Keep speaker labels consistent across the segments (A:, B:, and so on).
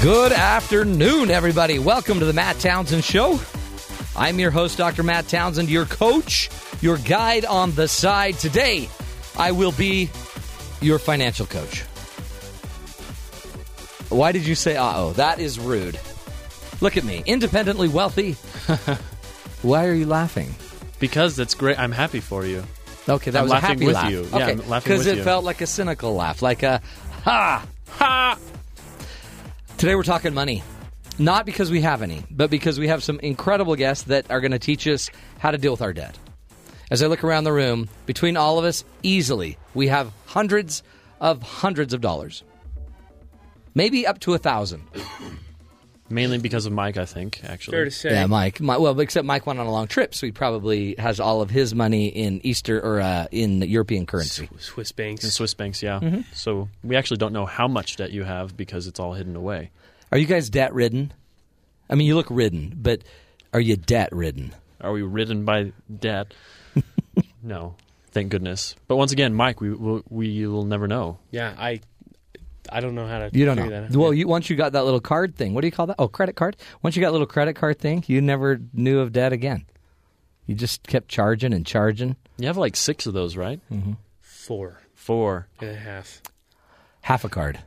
A: Good afternoon, everybody. Welcome to the Matt Townsend Show. I'm your host, Dr. Matt Townsend, your coach, your guide on the side. Today, I will be your financial coach. Why did you say, uh oh? That is rude. Look at me, independently wealthy. Why are you laughing?
B: Because that's great. I'm happy for you.
A: Okay, that
B: I'm
A: was a
B: laughing
A: happy
B: with
A: laugh.
B: you. Yeah,
A: Okay,
B: I'm laughing with
A: it
B: you.
A: felt like a cynical laugh, like a ha
B: Ha!
A: Today we're talking money. Not because we have any, but because we have some incredible guests that are going to teach us how to deal with our debt. As I look around the room, between all of us, easily, we have hundreds of hundreds of dollars. Maybe up to a thousand.
B: Mainly because of Mike, I think, actually.
C: Fair to say.
A: Yeah, Mike. Mi- Well, except Mike went on a long trip, so he probably has all of his money in Easter or uh, in European currency.
C: Swiss banks.
B: And Swiss banks, yeah. So we actually don't know how much debt you have because it's all hidden away.
A: Are you guys debt ridden? I mean, you look ridden, but are you debt ridden?
B: Are we ridden by debt? no, thank goodness. But once again, Mike, we will, we will never know.
C: yeah, I I don't know how to
A: You don't
C: figure
A: know.
C: that out.
A: Well, you, once you got that little card thing, what do you call that? Oh, credit card. Once you got little credit card thing, you never knew of debt again. You just kept charging and charging.
B: You have like six of those, right?
C: four
B: Four.
C: and a half.
A: Half a card.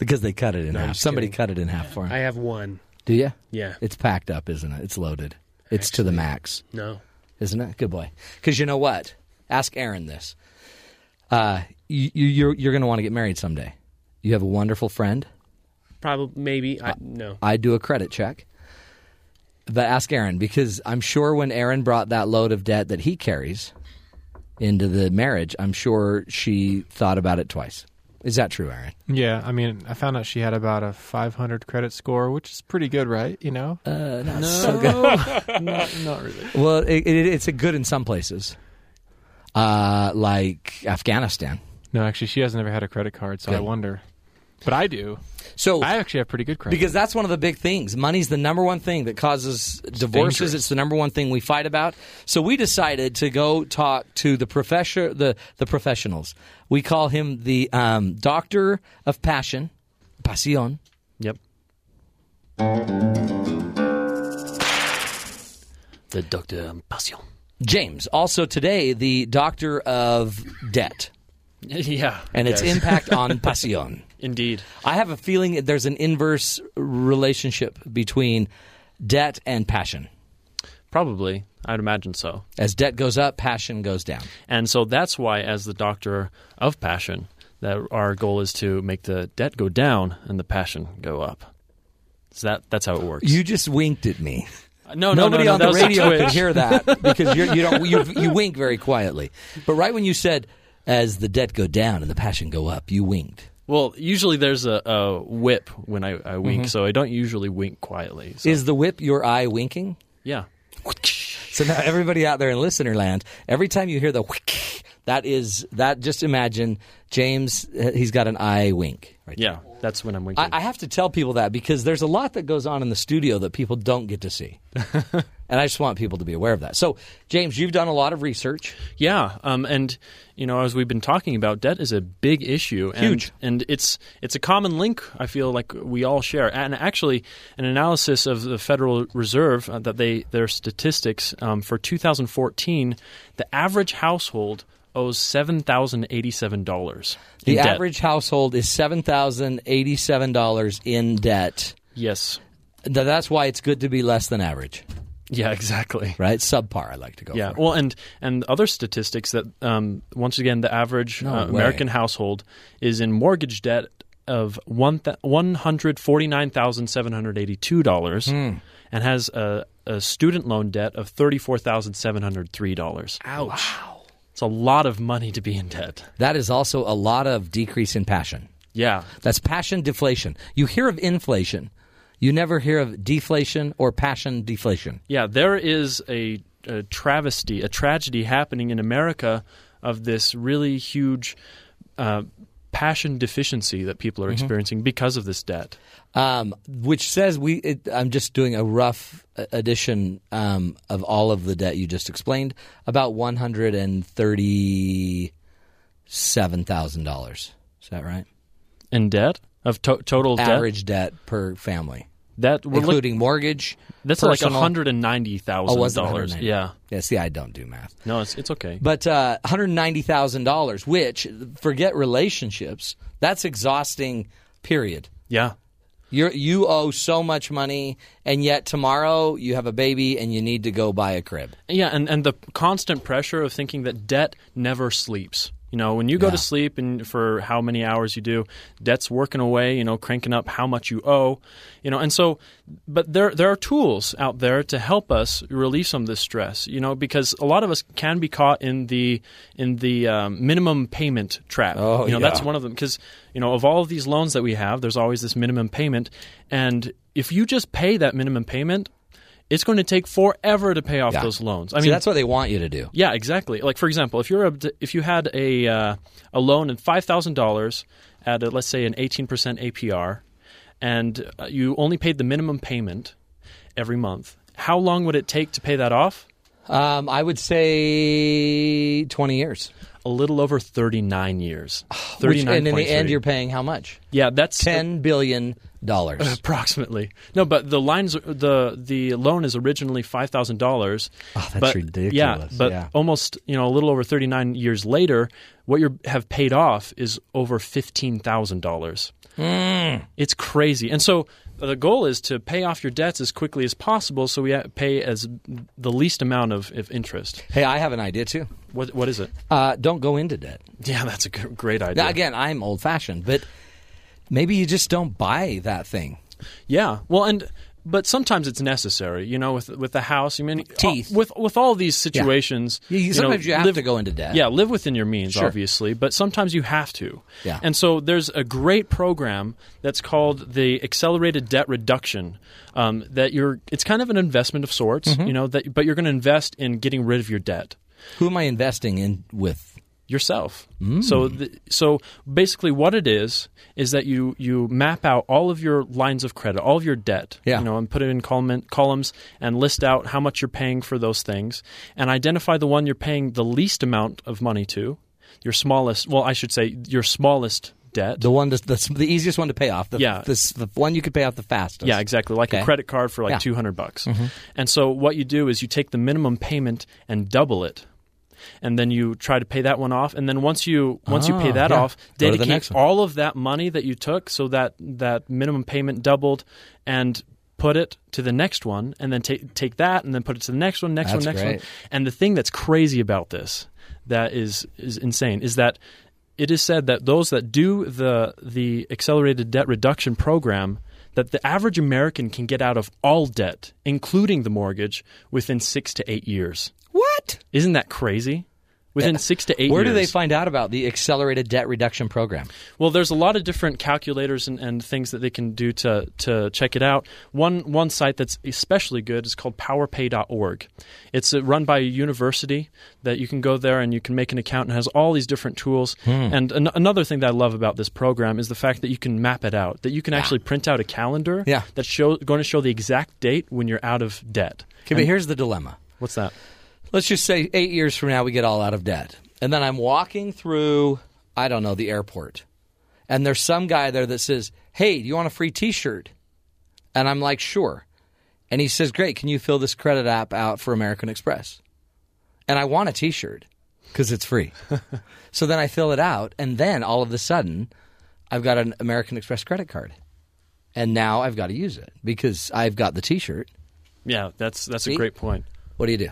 A: Because they cut it in
C: I'm
A: half.
C: just
A: Somebody
C: kidding.
A: cut it in half for him.
C: I have one.
A: do you?
C: Yeah.
A: It's packed up, isn't it? It's loaded. It's to the max,
C: No.
A: isn't it? Good boy. Because you know what? Ask Aaron this. Uh, you, you- you're you're going to want to get married someday. You have a wonderful friend.
C: Probably maybe I no.
A: I do a credit check. But ask Aaron because I'm sure when Aaron brought that load of debt that he carries into the marriage, I'm sure she thought about it twice. Is that true, Aaron?
D: Yeah, I mean, I found out she had about a 500 credit score, which is pretty good, right? You know,
A: Uh, no.
B: not, not really.
A: Well, it, it, it's a good in some places, uh, like Afghanistan.
D: no, actually, she hasn't ever had a credit card, so I
A: Good.
D: wonder. But I do.
A: So
D: I actually have pretty good credit.
A: Because that's one of the big things. Money's the number one thing that causes divorces.
B: dangerous.
A: It's the number one thing we fight about. So we decided to go talk to the professor, the the professionals. We call him the um, doctor of passion, pasión.
B: Yep. The Doctor Passion.
A: James, also today the doctor of debt
B: Yeah.
A: and its
B: Yes.
A: impact on pasión.
B: Indeed.
A: I have a feeling that there's an inverse relationship between debt and passion.
B: Probably. I'd imagine so.
A: As debt goes up, passion goes down.
B: And so that's why, as the doctor of passion, that our goal is to make the debt go down and the passion go up. So that that's how it works. Uh,
A: You just winked at me.
B: Oh, no, no,
A: Nobody
B: no, no,
A: on the
B: that was a
A: radio can
B: twitch.
A: hear that because you're, you don't you, you wink very quietly. But right when you said, "As the debt go down and the passion go up," you winked.
B: Well, usually there's a, a whip when I, I wink,
A: Mm-hmm.
B: so I don't usually wink quietly. So,
A: Is the whip your eye winking?
B: yeah,
A: So now everybody out there in listener land, every time you hear the whick, that is that. Just imagine James. uh, He's got an eye wink. Right.
B: yeah, that's when I'm winking.
A: I, I have to tell people that because there's a lot that goes on in the studio that people don't get to see. And I just want people to be aware of that. So, James, you've done a lot of research.
B: Yeah, um, and you know, as we've been talking about, debt is a big issue, and,
A: Huge.
B: and it's it's a common link. I feel like we all share, and actually, an analysis of the Federal Reserve uh, that they their statistics um, for 2014, the average household owes seven thousand eighty seven dollars.
A: The average household is seven thousand eighty-seven dollars in debt.
B: yes,
A: Th- That's why it's good to be less than average,
B: yeah, exactly.
A: right? Subpar, I like to go.
B: Yeah,
A: for.
B: well, and and other statistics that um, once again the average
A: No
B: uh,
A: way.
B: American household is in mortgage debt of one one hundred forty nine thousand seven hundred eighty two dollars,
A: Hmm.
B: and has a, a student loan debt of thirty four thousand seven hundred three dollars.
C: Ouch.
B: It's a lot of money to be in debt.
A: that is also a lot of decrease in passion.
B: Yeah,
A: That's passion deflation. You hear of inflation, you never hear of deflation or passion deflation.
B: Yeah, there is a, a travesty, a tragedy happening in America of this really huge uh, passion deficiency that people are
A: Mm-hmm.
B: experiencing because of this debt.
A: um, which says we. It, I'm just doing a rough uh, addition um, of all of the debt you just explained. About one hundred and thirty-seven thousand dollars. Is that right?
B: And debt of to- total
A: Average debt per family,
B: debt that we're look-
A: including mortgage.
B: that's
A: personal-
B: like hundred and ninety
A: Oh,
B: thousand
A: was it
B: dollars.
A: 190?
B: Yeah,
A: Yeah. See, I don't do math.
B: no, it's it's okay.
A: But uh, one hundred ninety thousand dollars, which forget relationships, that's exhausting. Period.
B: yeah,
A: You you owe so much money, and yet tomorrow you have a baby and you need to go buy a crib.
B: Yeah, and, and the constant pressure of thinking that debt never sleeps. You know, when you go
A: Yeah.
B: to sleep and for how many hours you do, debt's working away, you know, cranking up how much you owe. You know, and so but there there are tools out there to help us relieve some of this stress, you know, because a lot of us can be caught in the in the um, minimum payment trap.
A: Oh,
B: you know,
A: yeah.
B: that's one of them because you know of all of these loans that we have there's always this minimum payment and if you just pay that minimum payment it's going to take forever to pay off
A: Yeah.
B: those loans i
A: I mean,
B: mean
A: that's what they want you to do.
B: yeah exactly like for example if you're a, if you had a uh, a loan in $5000 at a, let's say an 18% apr and uh, you only paid the minimum payment every month how long would it take to pay that off
A: Um, I would say twenty years.
B: a little over 39 years
A: Which-
B: 39
A: and in the end, you're paying how much?
B: yeah that's
A: Ten billion dollars.
B: approximately no but the lines the the loan is originally five thousand dollars
A: Oh, that's
B: but
A: ridiculous.
B: Ah, yeah but
A: Yeah.
B: almost you know a little over 39 years later what you have paid off is over fifteen thousand dollars
A: Hmm.
B: it's crazy and so the goal is to pay off your debts as quickly as possible so we ha- pay as the least amount of, of interest
A: Hey, I have an idea too.
B: what what is it
A: Uh, don't go into debt.
B: yeah that's a g- great idea
A: Now, again, I'm old fashioned, but maybe you just don't buy that thing.
B: Yeah. Well, and but sometimes it's necessary, you know, with with the house. I mean, uh,
A: Teeth.
B: with with all these situations.
A: You- you-
B: know,
A: sometimes you have
B: live-
A: to go into debt.
B: Yeah, live within your means,
A: Sure.
B: obviously, but sometimes you have to.
A: Yeah.
B: And so there's a great program that's called the Accelerated Debt Reduction. Um, that you're, it's kind of an investment of sorts,
A: Mm-hmm.
B: you know, that but you're going to invest in getting rid of your debt
A: Who am I investing in with?
B: yourself.
A: Mm.
B: So, th- so basically, what it is is that you you map out all of your lines of credit, all of your debt,
A: Yeah.
B: you know, and put it in column, columns and list out how much you're paying for those things, and identify the one you're paying the least amount of money to, your smallest. Well, I should say your smallest debt.
A: The one that's that's the easiest one to pay off. The,
B: Yeah.
A: the, the one you could pay off the fastest.
B: Yeah, exactly. Like
A: Okay.
B: a credit card for like
A: Yeah. Mm-hmm.
B: 200 bucks. And so what you do is you take the minimum payment and double it. And then you try to pay that one off, and then once you once you
A: Ah,
B: pay that
A: yeah.
B: off,
A: Go to the
B: dedicate
A: next one.
B: all of that money that you took, so that that minimum payment doubled, and put it to the next one, and then take take that, and then put it to the next one, next
A: That's
B: one, next
A: great.
B: one. And the thing that's crazy about this, that is is insane, is that it is said that those that do the the accelerated debt reduction program that the average American can get out of all debt, including the mortgage, within six to eight years.
A: What?
B: Isn't that crazy? Within six to eight
A: Where
B: years.
A: do they find out about the accelerated debt reduction program?
B: Well, there's a lot of different calculators and, and things that they can do to, to check it out. One one site that's especially good is called powerpay.org. It's uh, run by a university that you can go there and you can make an account and has all these different tools. And an- another thing that I love about this program is the fact that you can map it out, that you can actually print out a calendar
A: Yeah.
B: that's show, going to show the exact date when you're out of debt.
A: Okay, but here's the dilemma.
B: What's that?
A: Let's just say eight years from now we get all out of debt. And then I'm walking through, I don't know, the airport. And there's some guy there that says, Hey, do you want a free t shirt? And I'm like, Sure. And he says, Great, can you fill this credit app out for American Express? And I want a t shirt because it's free. so then I fill it out. And then all of a sudden, I've got an American Express credit card. And now I've got to use it because I've got the t shirt.
B: Yeah, that's that's
A: See?
B: a great point.
A: What do you do?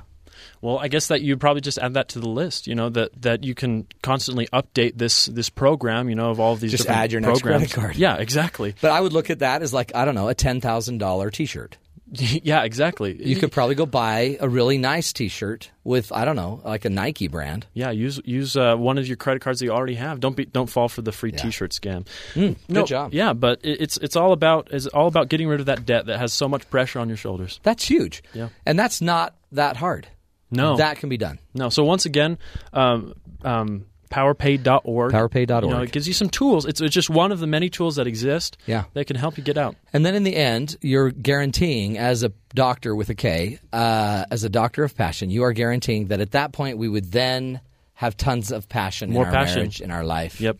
B: Well, I guess that you probably just add that to the list. You know that that you can constantly update this this program. You know of all of these
A: Just
B: different
A: add your next
B: programs.
A: credit card.
B: Yeah, exactly.
A: But I would look at that as like I don't know a ten thousand dollar t shirt.
B: yeah, exactly.
A: You could probably go buy a really nice t shirt with I don't know like a Nike brand.
B: yeah use use uh, one of your credit cards that you already have. Don't be don't fall for the free T-shirt scam. no,
A: Hmm, good job.
B: Yeah, but it, it's it's all about is all about getting rid of that debt that has so much pressure on your shoulders.
A: That's huge.
B: Yeah.
A: and that's not that hard.
B: No,
A: that can be done.
B: no. So once again, um, um,
C: powerpay.org.
A: Powerpay.org.
C: You know, it gives you some tools. It's, it's just one of the many tools that exist
A: Yeah.
C: that can help you get out.
A: And then in the end, you're guaranteeing, as a doctor with a K, uh, as a doctor of passion, you are guaranteeing that at that point we would then have tons of passion
C: More
A: in our
C: passion.
A: marriage, in our life.
C: Yep.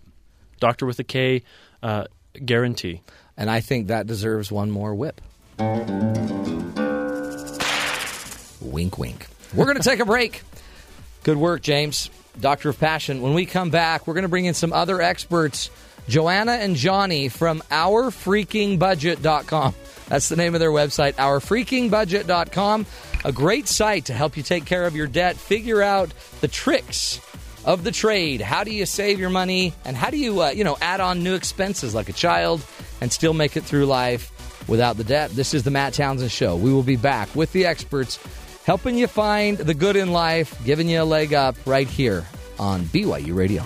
C: Doctor with a K uh, guarantee.
A: And I think that deserves one more whip. Wink, wink. We're going to take a break. Good work, James, Doctor of Passion. When we come back, we're going to bring in some other experts, Joanna and Johnny from OurFreakingBudget.com. That's the name of their website, OurFreakingBudget.com. A great site to help you take care of your debt, figure out the tricks of the trade. How do you save your money, and how do you, uh, you know, add on new expenses like a child and still make it through life without the debt? This is the Matt Townsend Show. We will be back with the experts helping you find the good in life, giving you a leg up right here on BYU Radio.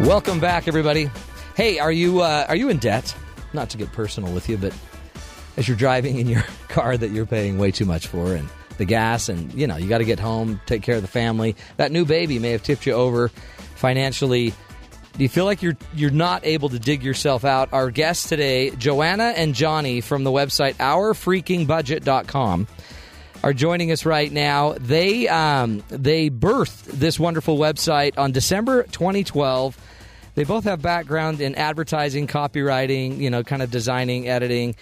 A: Welcome back, everybody. Hey, are you uh, are you in debt? Not to get personal with you, but as you're driving in your car that you're paying way too much for and the gas and you know you got to get home take care of the family that new baby may have tipped you over financially do you feel like you're you're not able to dig yourself out our guests today joanna and johnny from the website ourfreakingbudget.com are joining us right now. They um, they birthed this wonderful website on December 2012. They both have background in advertising, copywriting, you know, kind of designing, editing.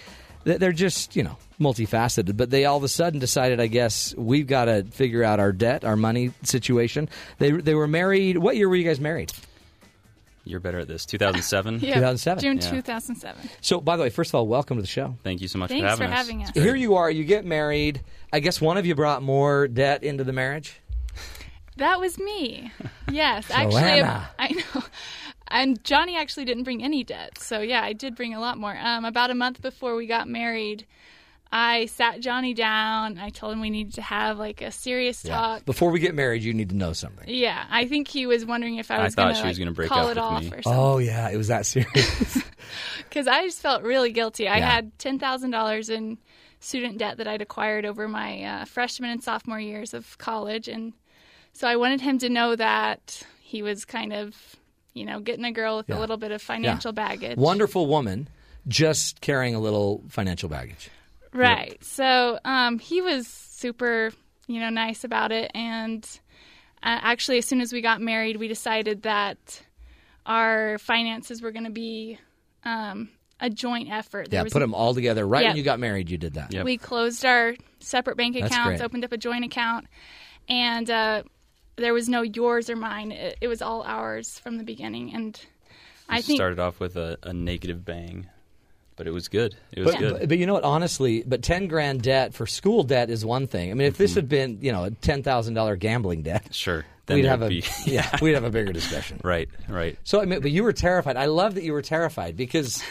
A: They- They're just you know multifaceted, but they all of a sudden decided, I guess, we've got to figure out our debt, our money situation. They they were married. What year were you guys married?
B: You're better at this. 2007.
E: Yeah,
A: 2007.
E: June
B: Yeah.
E: 2007.
A: So, by the way, first of all, welcome to the show.
B: Thank you so much
E: Thanks
B: for
E: for having us.
A: Here you are. You get married. I guess one of you brought more debt into the marriage.
E: That was me. Yes, actually,
A: Joanna.
E: I know. And Johnny actually didn't bring any debt, so yeah, I did bring a lot more. Um, about a month before we got married, I sat Johnny down. and I told him we needed to have like a serious talk.
A: Before we get married, you need to know something.
E: Yeah, I think he was wondering if I
B: I
E: was.
B: thought
E: gonna,
B: she was
E: like,
B: gonna break
E: call
B: up
E: it
B: with
E: off
B: me.
E: or something.
A: Oh yeah, it was that serious.
E: Because I just felt really guilty. I
A: Yeah.
E: had ten thousand dollars in student debt that I'd acquired over my uh, freshman and sophomore years of college, and so I wanted him to know that he was kind of, you know, getting a girl with
A: Yeah.
E: a little bit of financial baggage.
A: Wonderful woman, just carrying a little financial baggage.
E: Right. So um, he was super, you know, nice about it. And uh, actually, as soon as we got married, we decided that our finances were going to be um, a joint effort. There
A: Yeah,
E: was-
A: put them all together. Right
E: Yeah.
A: when you got married, you did that.
B: Yep.
E: We closed our separate bank
A: That's
E: accounts,
A: great.
E: opened up a joint account, and uh, there was no yours or mine. It, it was all ours from the beginning. And I think
B: started off with a, a negative bang, but it was good. It was
A: But,
B: good.
A: but, but you know what? Honestly, but ten grand debt for school debt is one thing. I mean, if this had been you know a ten thousand dollar gambling debt,
B: sure. Then
A: we'd
B: there
A: have
B: would
A: a
B: be,
A: yeah, we'd have a bigger discussion.
B: right, right.
A: So I mean, but you were terrified. I love that you were terrified because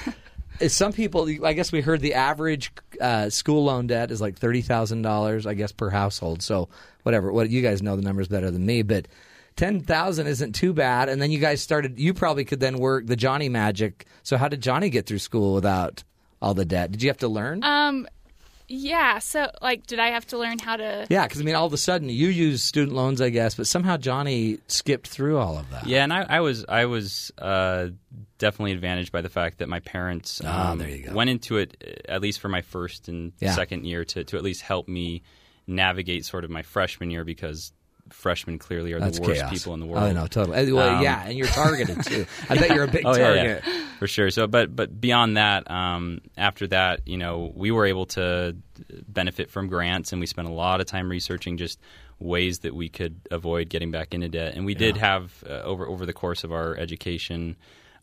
A: it's some people, I guess we heard the average uh, school loan debt is like thirty thousand dollars, I guess, per household. So whatever, what you guys know the numbers better than me, but ten thousand isn't too bad. And then you guys started. You probably could then work the Johnny magic. So how did Johnny get through school without all the debt? Did you have to learn?
E: um, yeah. So, like, did I have to learn how to?
A: yeah, because I mean, all of a sudden you use student loans, I guess, but somehow Johnny skipped through all of that.
B: Yeah, and I, I was I was uh, definitely advantaged by the fact that my parents um,
A: Ah, there you go.
B: went into it uh, at least for my first and
A: Yeah.
B: second year to, to at least help me navigate sort of my freshman year because freshmen clearly are
A: That's
B: the worst
A: chaos.
B: people in the world.
A: I know, totally. Uh, Well,
B: Um, Oh,
A: yeah, and you're targeted too. I bet you're a big target.
B: for sure. So, but but beyond that, um, after that, you know, we were able to benefit from grants, and we spent a lot of time researching just ways that we could avoid getting back into debt. And we did have uh, over over the course of our education,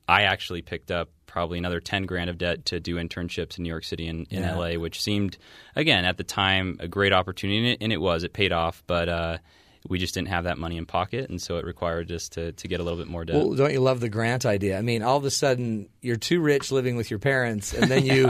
B: I actually picked up probably another ten grand of debt to do internships in New York City and in
A: Yeah.
B: LA, which seemed again at the time a great opportunity, and it, and it was. It paid off, but. Uh, we just didn't have that money in pocket, and so it required us to, to get a little bit more debt.
A: Well, don't you love the grant idea? I mean, all of a sudden you're too rich living with your parents, and then you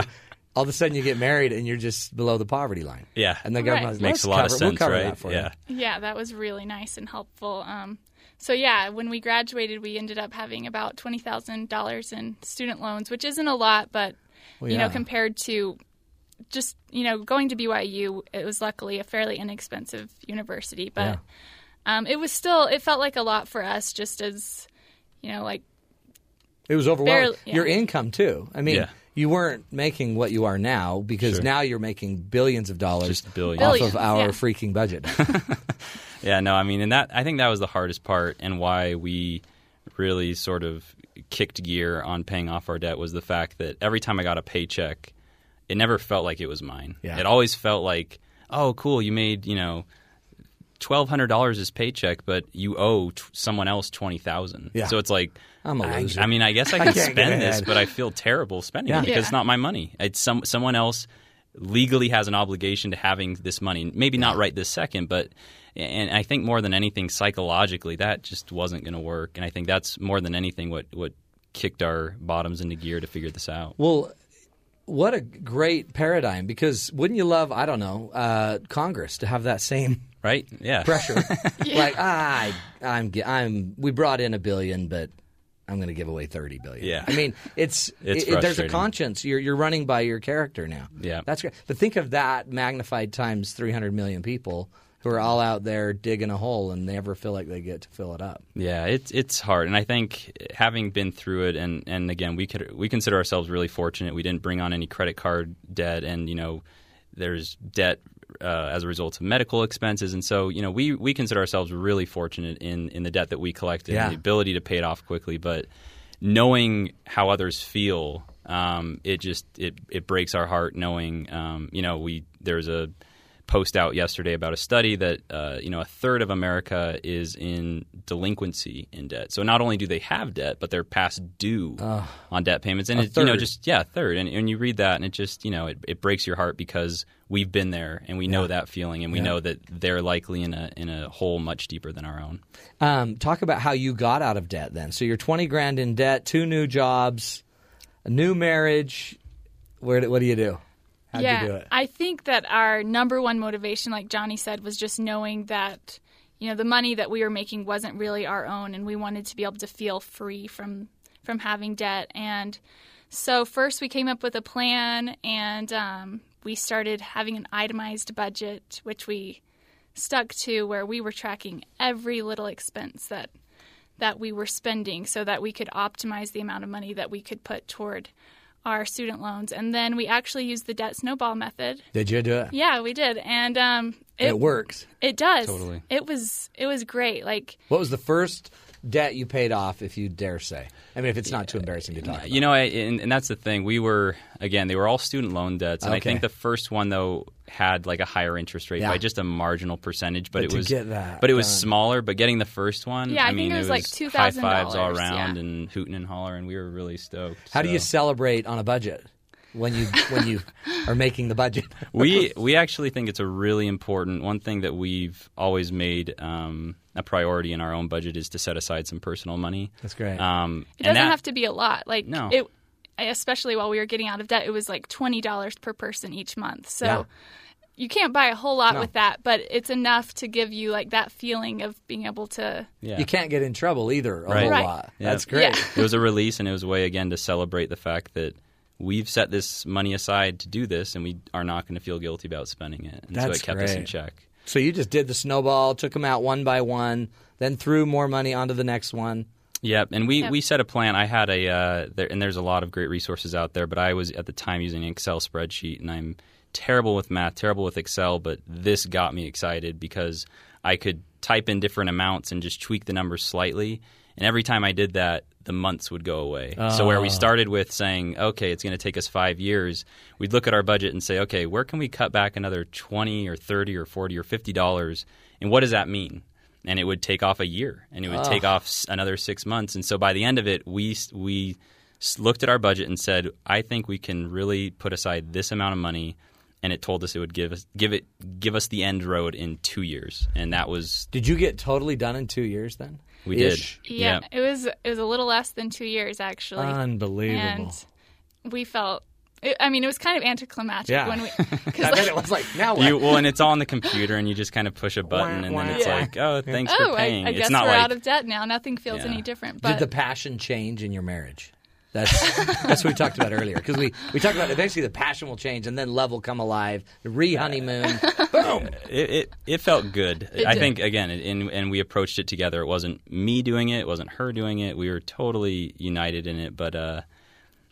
A: all of a sudden you get married and you're just below the poverty line.
B: Yeah.
A: and the
E: Right.
A: government
B: Makes a lot of sense, right? yeah.
E: Yeah, that was really nice and helpful. Um, so yeah, when we graduated, we ended up having about twenty thousand dollars in student loans, which isn't a lot, but you
A: yeah.
E: know, compared to just you know going to BYU, it was luckily a fairly inexpensive university, but
A: Yeah.
E: um, it was still it felt like a lot for us, just as you know, like
A: It was overwhelming.
E: Barely- yeah.
A: Your income too. I mean,
B: Yeah.
A: you weren't making what you are now because
B: Sure.
A: now you're making billions of dollars
B: Just billions.
A: off
E: Billions,
A: of our
E: yeah.
A: freaking budget.
B: Yeah, no, I mean, and that I think that was the hardest part, and why we really sort of kicked gear on paying off our debt was the fact that every time I got a paycheck, it never felt like it was mine.
A: Yeah.
B: It always felt like, oh, cool, you made you know twelve hundred dollars is paycheck, but you owe t- someone else twenty thousand.
A: Yeah.
B: So it's like.
A: I'm a
B: I-
A: loser.
B: I mean, I guess I
A: can't
B: could
A: get
B: spend this,
A: ahead.
B: but I feel terrible spending
A: Yeah.
B: it because
E: Yeah.
B: it's not my money. It's some someone else legally has an obligation to having this money. Maybe not right this second, but and I think more than anything psychologically that just wasn't going to work. And I think that's more than anything what what kicked our bottoms into gear to figure this out.
A: Well, what a great paradigm because wouldn't you love, I don't know, uh, Congress to have that same
B: Right? Yeah.
A: pressure? Like, ah, I, I'm, gi- I'm, we brought in a billion, but I'm going to give away 30 billion.
B: Yeah.
A: I mean, it's,
B: It's
A: it- it- there's a
B: frustrating.
A: conscience. You're, you're running by your character now.
B: Yeah.
A: That's great. But think of that magnified times 300 million people who are all out there digging a hole and never feel like they get to fill it up.
B: Yeah, it's it's hard, and I think having been through it, and, and again, we could we consider ourselves really fortunate. We didn't bring on any credit card debt, and you know, there's debt uh, as a result of medical expenses, and so you know, we we consider ourselves really fortunate in in the debt that we collected,
A: Yeah.
B: and the ability to pay it off quickly. But knowing how others feel, um, it just it it breaks our heart. Knowing, um, you know, we there's a post out yesterday about a study that uh, you know a third of America is in delinquency in debt. So not only do they have debt, but they're past due on debt payments, and
A: a
B: it, you know
A: third.
B: just yeah, a third. And, and you read that, and it just you know it, it breaks your heart because we've been there, and we know that feeling, and we know that they're likely in a in a hole much deeper than our own.
A: Um, talk about how you got out of debt then. So you're 20 grand in debt, two new jobs, a new marriage. Where do, what do you do? How'd
E: yeah,
A: you do it?
E: I think that our number one motivation, like Johnny said, was just knowing that you know the money that we were making wasn't really our own, and we wanted to be able to feel free from from having debt. And so first we came up with a plan, and um, we started having an itemized budget, which we stuck to, where we were tracking every little expense that that we were spending so that we could optimize the amount of money that we could put toward our student loans. And then we actually used the debt snowball method.
A: Did you do it?
E: Yeah, we did. And um,
A: It, works.
E: It does.
B: Totally.
E: It was it was great. Like
A: What was the first debt you paid off, if you dare say? I mean, if it's not too embarrassing to talk about.
B: You know, I, and, and that's the thing. We were again; they were all student loan debts, and I
A: Okay.
B: think the first one though had like a higher interest rate
A: Yeah.
B: by just a marginal percentage, but,
A: But
B: it
A: to
B: was
A: get that
B: but it was
A: done.
B: smaller. But getting the first one,
E: Yeah, I think
B: mean,
E: it was, like,
B: high fives all
E: $2,000,
B: around
E: yeah.
B: and hooting and hollering. and we were really stoked.
A: How do
B: so.
A: you celebrate on a budget when you when you are making the budget?
B: we we actually think it's a really important one thing that we've always made um, a priority in our own budget is to set aside some personal money.
A: That's great.
B: Um,
E: it
B: and
E: doesn't
B: that-
E: have to be a lot. Like
B: No.
E: it especially while we were getting out of debt, it was like twenty dollars per person each month. So
A: Yeah.
E: you can't buy a whole lot
A: No.
E: with that, but it's enough to give you like that feeling of being able to
B: yeah.
A: You can't get in trouble either a
B: Right.
A: whole
E: Right.
A: lot.
B: Yeah.
A: That's great.
E: Yeah.
B: it was a release and it was a way again to celebrate the fact that we've set this money aside to do this and we are not going to feel guilty about spending it and so
A: That's
B: it kept us in
A: great.
B: check
A: So you just did the snowball, took them out one by one, then threw more money onto the next one.
B: Yep, and we,
E: Yep.
B: we set a plan. I had a uh, there, and there's a lot of great resources out there, but I was at the time using an Excel spreadsheet, and I'm terrible with math, terrible with Excel, but this got me excited because I could type in different amounts and just tweak the numbers slightly. And every time I did that, the months would go away. So where we started with saying, okay, it's going to take us five years, we'd look at our budget and say, okay, where can we cut back another twenty or thirty or forty or fifty dollars, and what does that mean? and it would take off a year and it would take off s- another six months and so by the end of it we s- we s- looked at our budget and said i think we can really put aside this amount of money and it told us it would give us give it give us the end road in two years and that was
A: Did you get totally done in two years then?
B: we did
A: Ish.
E: Yeah, it was it was a little less than two years actually,
A: Unbelievable.
E: and we felt It, I mean, it was kind of anticlimactic
A: Yeah.
E: when we because
A: And then it was like, now what?
B: You, well, and it's all on the computer, and you just kind of push a button, and then it's
E: Yeah.
B: like, oh, thanks
E: oh,
B: for paying.
E: I, I guess
B: it's not
E: we're
B: like
E: out of debt now. Nothing feels
B: Yeah.
E: any different.
A: Did
E: But
A: the passion change in your marriage? That's that's what we talked about earlier because we, we talked about eventually the passion will change and then love will come alive. Re honeymoon, boom.
B: it, it, it felt good.
E: It
B: I
E: did.
B: think again, it, and and we approached it together. It wasn't me doing it. It wasn't her doing it. We were totally united in it. But uh,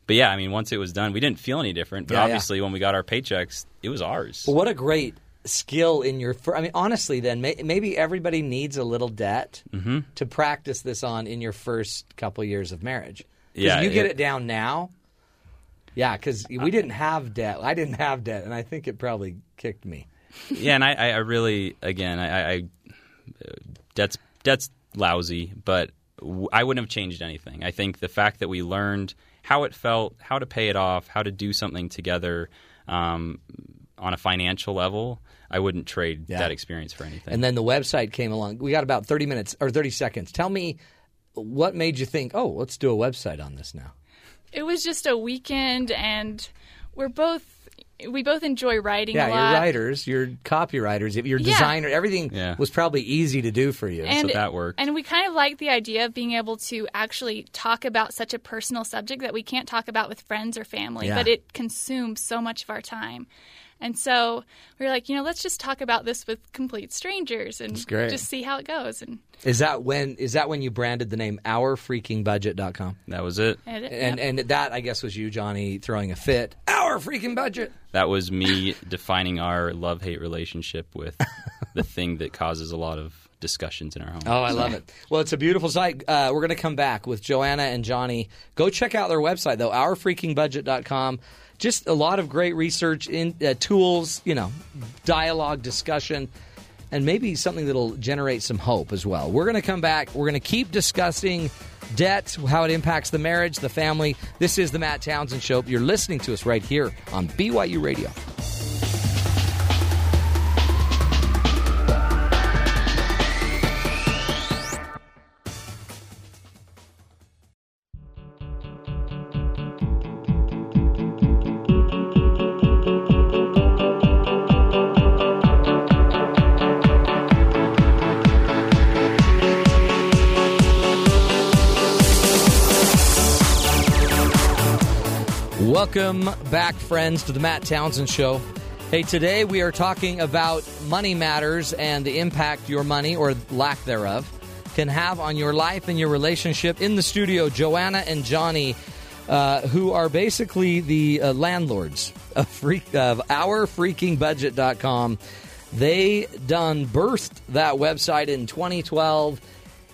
B: but yeah, I mean, once it was done, we didn't feel any different. But
A: Yeah, yeah.
B: obviously, when we got our paychecks, it was ours.
A: What a great skill in your. Fir- I mean, honestly, then may- maybe everybody needs a little debt
B: Mm-hmm.
A: to practice this on in your first couple years of marriage. 'Cause
B: Yeah,
A: you get it,
B: it-
A: down now. Yeah, because we didn't have debt. I didn't have debt, and I think it probably kicked me.
B: yeah, and I, I I really, again, I, I- I that's that's lousy, but w- I wouldn't have changed anything. I think the fact that we learned how it felt, how to pay it off, how to do something together um, on a financial level, I wouldn't trade that experience for anything.
A: And then the website came along. We got about thirty minutes or thirty seconds. Tell me what made you think, oh, let's do a website on this now.
E: it was just a weekend, and we're both we both enjoy writing
A: Yeah,
E: a
A: your
E: lot.
A: writers, your copywriters, your
E: Yeah.
A: designer, everything
B: Yeah.
A: was probably easy to do for you.
E: And
B: that worked.
E: And we kind of like the idea of being able to actually talk about such a personal subject that we can't talk about with friends or family,
A: Yeah.
E: but it consumes so much of our time. And so we were like, you know, let's just talk about this with complete strangers and
A: great.
E: just see how it goes. And,
A: Is that when is that when you branded the name ourfreakingbudget.com?
B: that was it.
E: and it-
A: And and that I guess was you Johnny throwing a fit. Our freaking budget.
B: That was me defining our love hate relationship with the thing that causes a lot of discussions in our home.
A: Oh, I love it. Well, it's a beautiful site. Uh, we're going to come back with Joanna and Johnny. Go check out their website though, ourfreakingbudget.com. Just a lot of great research in uh, tools, you know, dialogue, discussion, and maybe something that'll generate some hope as well. We're going to come back. We're going to keep discussing debt, how it impacts the marriage, the family. This is the Matt Townsend Show. You're listening to us right here on BYU Radio. Welcome back, friends, to the Matt Townsend Show. Hey, today we are talking about money matters and the impact your money or lack thereof can have on your life and your relationship. In the studio, Joanna and Johnny, uh, who are basically the uh, landlords of, freak, of ourfreakingbudget.com. They done birthed that website in 2012.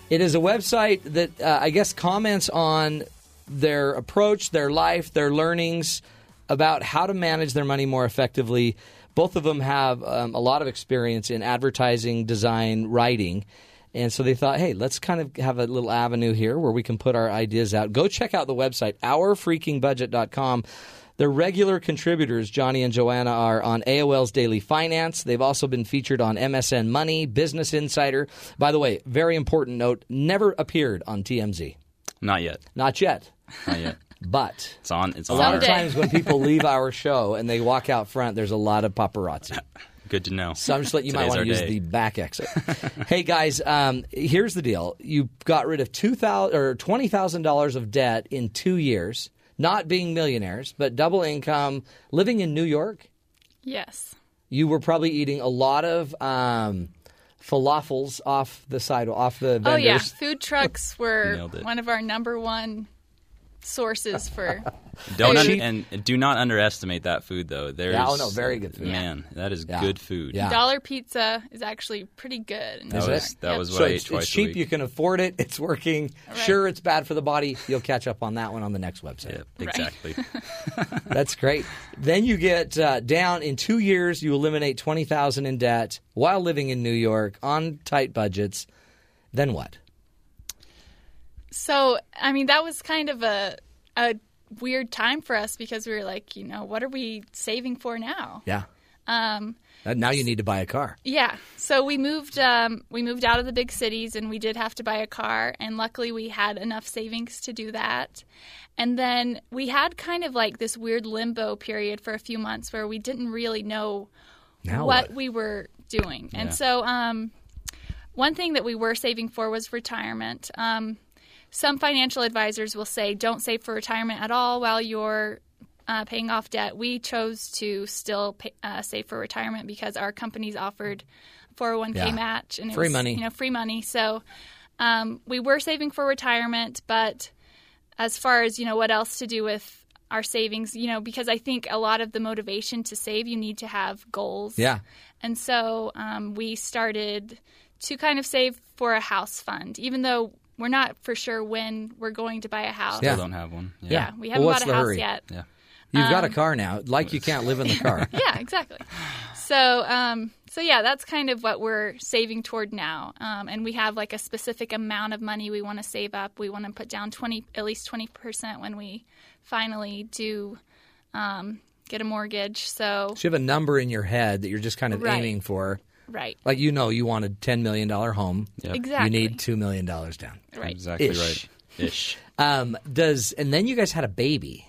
A: It is a website that uh, I guess comments on their approach, their life, their learnings about how to manage their money more effectively. Both of them have um, a lot of experience in advertising, design, writing. And so they thought, hey, let's kind of have a little avenue here where we can put our ideas out. Go check out the website, ourfreakingbudget.com. Their regular contributors, Johnny and Joanna, are on AOL's Daily Finance. They've also been featured on MSN Money, Business Insider. By the way, very important note never appeared on TMZ.
B: Not yet.
A: Not yet,
B: Not yet.
A: but.
B: It's on. It's
A: A
B: on.
A: lot of
B: our-
E: Someday.
A: times when people leave our show and they walk out front, there's a lot of paparazzi.
B: Good to know.
A: So I'm just letting you might
B: Today's
A: want
B: our
A: to use
B: day.
A: the back exit. hey guys, um, here's the deal: you got rid of two thousand or twenty thousand dollars of debt in two years. Not being millionaires, but double income, living in New York.
E: yes.
A: You were probably eating a lot of um, falafels off the side, off the vendors.
E: Oh, yeah. Food trucks were
B: Nailed it.
E: one of our number one sources for.
B: Don't
E: Food.
B: un- and do not underestimate that food though. There's
A: Yeah, oh, no, very good food.
B: Man, that is good food.
A: Yeah.
E: Dollar pizza is actually pretty good.
B: Ah. That
A: it?
B: was that
E: Yep.
B: was what
A: So
B: I ate
A: it's,
B: twice
A: it's cheap.
B: a
A: You
B: week.
A: can afford it. It's working. Sure, it's bad for the body. You'll catch up on that one on the next website.
B: Yep, exactly.
A: That's great. Then you get uh, down in two years. You eliminate twenty thousand in debt while living in New York on tight budgets. Then what?
E: So, I mean, that was kind of a a weird time for us because we were like, you know, what are we saving for now?
A: Yeah.
E: Um,
A: Uh, Now you need to buy a car.
E: yeah, so we moved um, we moved out of the big cities, and we did have to buy a car, and luckily we had enough savings to do that. And then we had kind of like this weird limbo period for a few months where we didn't really know
A: Now
E: what,
A: what?
E: we were doing. And
B: Yeah.
E: so, um, one thing that we were saving for was retirement. Um, some financial advisors will say don't save for retirement at all while you're uh, paying off debt. We chose to still pay, uh, save for retirement because our companies offered 401k
A: Yeah.
E: match and it
A: Free
E: was,
A: money.
E: You know, free money. So um, we were saving for retirement, but as far as you know what else to do with our savings you know because i think a lot of the motivation to save you need to have goals
A: Yeah.
E: and so um, we started to kind of save for a house fund even though we're not for sure when we're going to buy a house
B: Still
A: Yeah.
B: don't have one. Yeah.
E: Yeah, we haven't
A: Well, what's
E: bought a
A: the
E: house
A: hurry?
E: yet
B: Yeah.
A: You've got
E: Um,
A: a car now. Like you can't live in the car.
E: yeah, exactly. So, um, so yeah, that's kind of what we're saving toward now, um, and we have like a specific amount of money we want to save up. We want to put down twenty, at least twenty percent when we finally do um, get a mortgage. So,
A: So you have a number in your head that you're just kind of
E: Right.
A: aiming for.
E: right,
A: Like you know, you want a ten million dollar home.
B: Yep.
E: exactly,
A: You need two million dollars down.
E: right.
B: Exactly
A: Ish.
B: right. Ish.
A: Um, does and then you guys had a baby.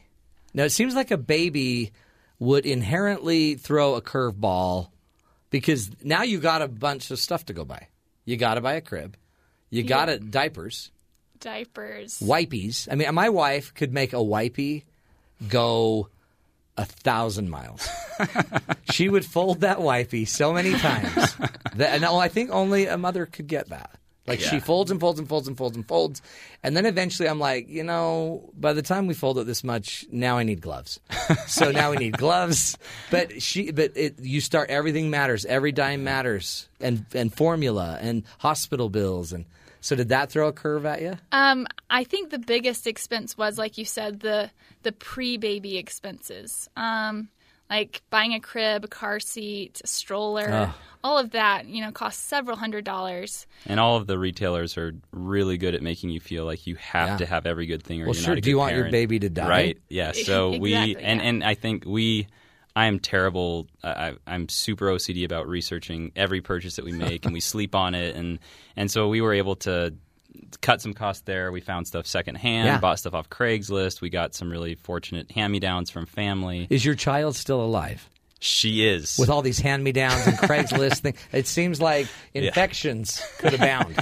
A: Now it seems like a baby would inherently throw a curveball because now you got a bunch of stuff to go by. You got to buy a crib. You got to diapers,
E: Diapers,
A: wipies. I mean, my wife could make a wipey go a thousand miles. she would fold that wipey so many times that and I think only a mother could get that. Like she folds and folds and folds and folds and folds, and then eventually I'm like, you know, by the time we fold it this much, now I need gloves. so now we need gloves. But she, but it, you start everything matters, every dime matters, and and formula and hospital bills and. So did that throw a curve at you?
E: Um, I think the biggest expense was, like you said, the the pre baby expenses, um, like buying a crib, a car seat, a stroller, all of that. You know, costs several hundred dollars.
B: And all of the retailers are really good at making you feel like you have
A: Yeah.
B: to have every good thing or
A: Well,
B: you're
A: sure.
B: not a
A: Do you
B: good
A: want your
B: parent.
A: baby to die?
B: Right. Yeah. So we and
E: Exactly, yeah.
B: and I think we I am terrible. I, I- I'm super OCD about researching every purchase that we make, and we sleep on it. And and so we were able to cut some costs there. We found stuff secondhand,
A: Yeah.
B: bought stuff off Craigslist. We got some really fortunate hand me downs from family.
A: Is your child still alive?
B: She is
A: With all these hand me downs and Craigslist thing, it seems like infections could abound.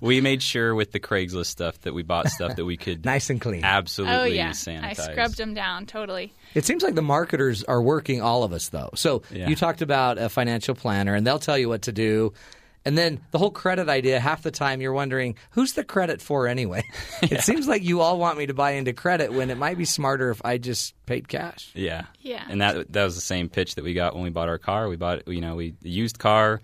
B: we made sure with the Craigslist stuff that we bought stuff that we could
A: nice and clean.
B: absolutely
E: Oh yeah,
B: sanitize.
E: I scrubbed them down totally.
A: It seems like the marketers are working all of us, though. So
B: Yeah.
A: you talked about a financial planner, and they'll tell you what to do. And then the whole credit idea, half the time you're wondering, who's the credit for anyway? It seems like you all want me to buy into credit when it might be smarter if I just paid cash.
B: Yeah.
E: Yeah.
B: And that that was the same pitch that we got when we bought our car. We bought you know, we the used car.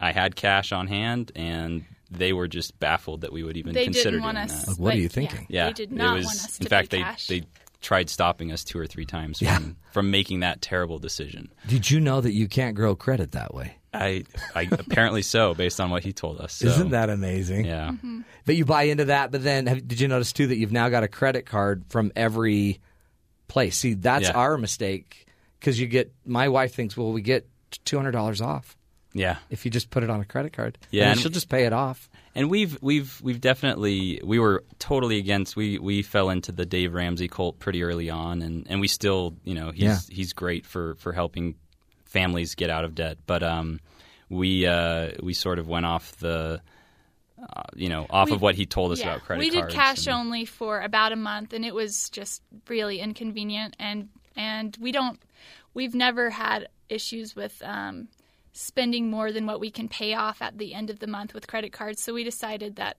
B: I had cash on hand and they were just baffled that we would even
E: They
B: consider
E: didn't want
B: doing
E: us.
B: that.
A: Like, what are
E: like,
A: you
E: yeah,
A: thinking?
B: Yeah.
E: they did not
B: it was,
E: want us to
B: in fact
E: pay
B: they
E: cash.
B: they tried stopping us two or three times from, from making that terrible decision.
A: Did you know that you can't grow credit that way?
B: I I apparently so based on what he told us. So,
A: Isn't that amazing?
B: Yeah.
E: Mm-hmm.
A: But you buy into that. But then, have, did you notice too that you've now got a credit card from every place? See, that's
B: Yeah.
A: our mistake because you get. My wife thinks, well, we get two hundred dollars off
B: Yeah.
A: if you just put it on a credit card.
B: Yeah,
A: and
B: and-
A: she'll just pay it off.
B: And we've we've we've definitely we were totally against we we fell into the Dave Ramsey cult pretty early on and and we still, you know, he's he's great for for helping families get out of debt, but um we uh we sort of went off the uh, you know, off of what he told us
E: Yeah.
B: about credit
E: we did
B: cards.
E: cash
B: and-
E: only for about a month, and it was just really inconvenient. And and we don't, we've never had issues with um, spending more than what we can pay off at the end of the month with credit cards. So we decided that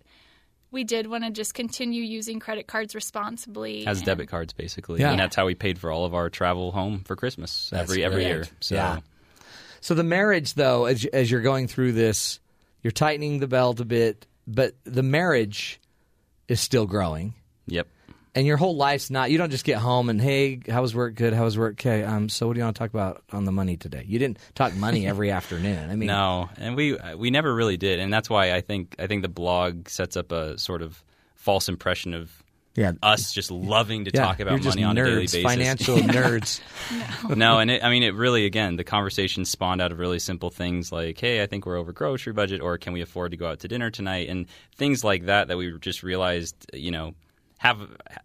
E: we did want to just continue using credit cards responsibly
B: as
E: and-
B: debit cards basically.
A: Yeah.
B: And that's how we paid for all of our travel home for Christmas
A: That's
B: every every year.
A: brilliant.
B: So
A: Yeah. So the marriage, though, as you- as you're going through this, you're tightening the belt a bit, but the marriage is still growing.
B: yep.
A: and your whole life's not you don't just get home and hey how was work good how was work okay um so what do you want to talk about on the money today you didn't talk money every afternoon i mean
B: No, and we uh, we never really did, and that's why I think I think the blog sets up a sort of false impression of
F: Yeah.
B: us just loving to
A: Yeah,
B: talk about
A: you're just
B: money on
A: nerds,
B: a daily basis.
A: Financial nerds.
B: no, and it, I mean, it really, again, the conversation spawned out of really simple things like, hey, I think we're over grocery budget, or can we afford to go out to dinner tonight? And things like that that we just realized, you know, have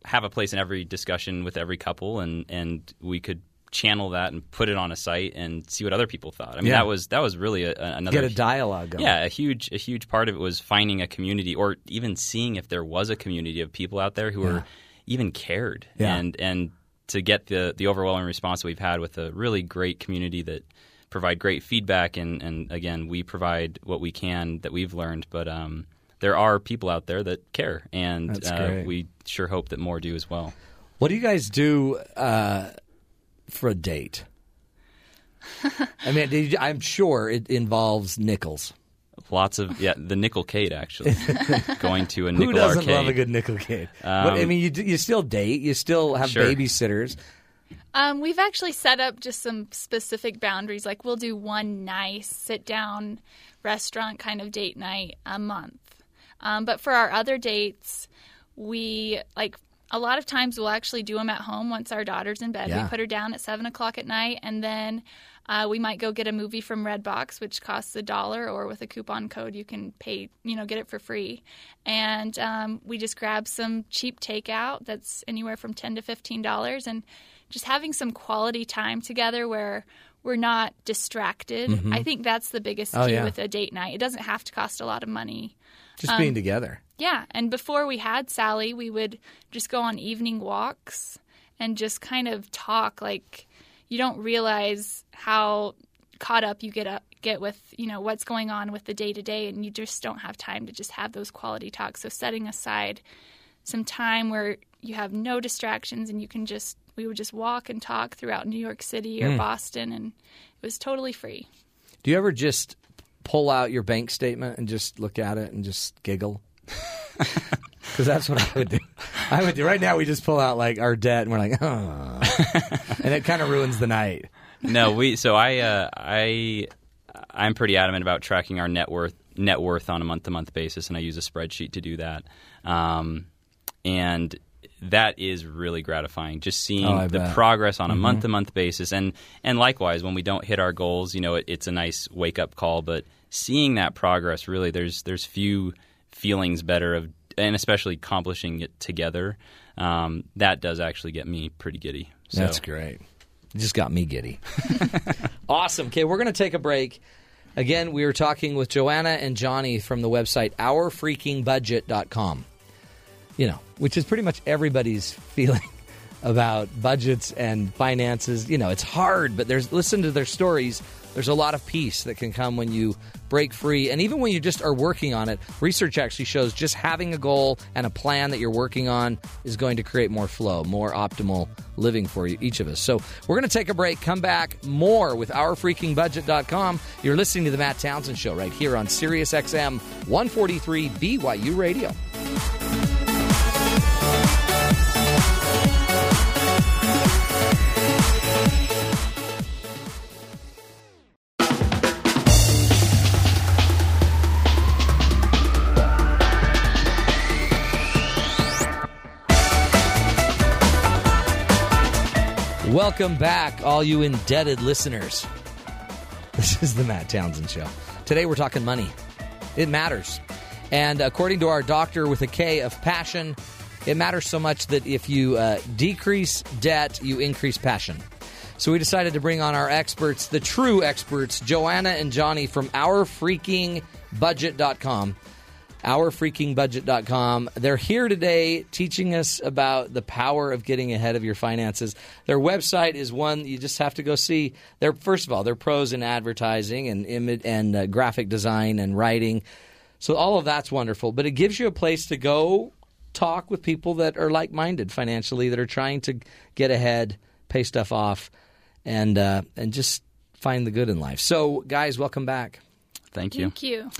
B: have a place in every discussion with every couple, and and we could channel that and put it on a site and see what other people thought. I mean,
A: Yeah.
B: that was that was really a, another
A: Get a dialogue going.
B: yeah, a huge a huge part of it was finding a community or even seeing if there was a community of people out there who were even cared.
F: Yeah.
B: And and to get the the overwhelming response that we've had with a really great community that provide great feedback and and again, we provide what we can that we've learned, but um there are people out there that care, and
F: That's
B: uh,
F: great.
B: we sure hope that more do as well.
A: What do you guys do uh, for a date? I mean, did you- I'm sure it involves nickels.
B: Lots of yeah, the nickel Cade actually going to a
A: Who
B: nickel
A: doesn't
B: arcade. Um,
A: love a good nickel kid? but I mean, you d- you still date, you still have
B: Sure.
A: babysitters.
E: Um, we've actually set up just some specific boundaries. Like we'll do one nice sit down restaurant kind of date night a month. Um, but for our other dates, we like a lot of times we'll actually do them at home once our daughter's in bed.
A: Yeah.
E: We put her down at seven o'clock at night, and then uh, we might go get a movie from Redbox, which costs a dollar, or with a coupon code you can pay, you know, get it for free. And um, we just grab some cheap takeout that's anywhere from ten to fifteen dollars, and just having some quality time together where we're not distracted. I think that's the biggest key
A: Mm-hmm. Oh, yeah.
E: with a date night. It doesn't have to cost a lot of money.
A: Just being together.
E: Yeah, and before we had Sally, we would just go on evening walks and just kind of talk. Like you don't realize how caught up you get up get with you know what's going on with the day to day, and you just don't have time to just have those quality talks. So setting aside some time where you have no distractions and you can just we would just walk and talk throughout New York City or Boston, and it was totally free.
A: Do you ever just pull out your bank statement and just look at it and just giggle? Because that's what I would do. I would do. Right now, we just pull out like our debt, and we're like, oh. and it kind of ruins the night.
B: no, we. So I, uh, I, I'm pretty adamant about tracking our net worth net worth on a month to month basis, and I use a spreadsheet to do that. Um, and that is really gratifying, just seeing
A: Oh, I
B: the
A: bet.
B: progress on a month to month basis, and and likewise when we don't hit our goals, you know, it, it's a nice wake up call. But seeing that progress, really, there's there's few feelings better of, and especially accomplishing it together. Um, that does actually get me pretty giddy. So.
A: That's great. It just got me giddy. awesome. Okay, we're going to take a break. Again, we are talking with Joanna and Johnny from the website ourfreakingbudget.com. You know, which is pretty much everybody's feeling about budgets and finances. You know, it's hard, but there's listen to their stories. There's a lot of peace that can come when you break free and even when you just are working on it. Research actually shows just having a goal and a plan that you're working on is going to create more flow, more optimal living for you, each of us. So, we're going to take a break, come back more with ourfreakingbudget.com. You're listening to the Matt Townsend show right here on Sirius XM 143 BYU Radio. Welcome back, all you indebted listeners. This is the Matt Townsend Show. Today we're talking money. It matters. And according to our doctor with a K of passion, it matters so much that if you uh, decrease debt, you increase passion. So we decided to bring on our experts, the true experts, Joanna and Johnny from ourfreakingbudget.com ourfreakingbudget.com. They're here today teaching us about the power of getting ahead of your finances. Their website is one you just have to go see. They're first of all, they're pros in advertising and image and uh, graphic design and writing. So all of that's wonderful, but it gives you a place to go talk with people that are like-minded financially that are trying to get ahead, pay stuff off and uh, and just find the good in life. So guys, welcome back.
B: Thank you.
E: Thank you.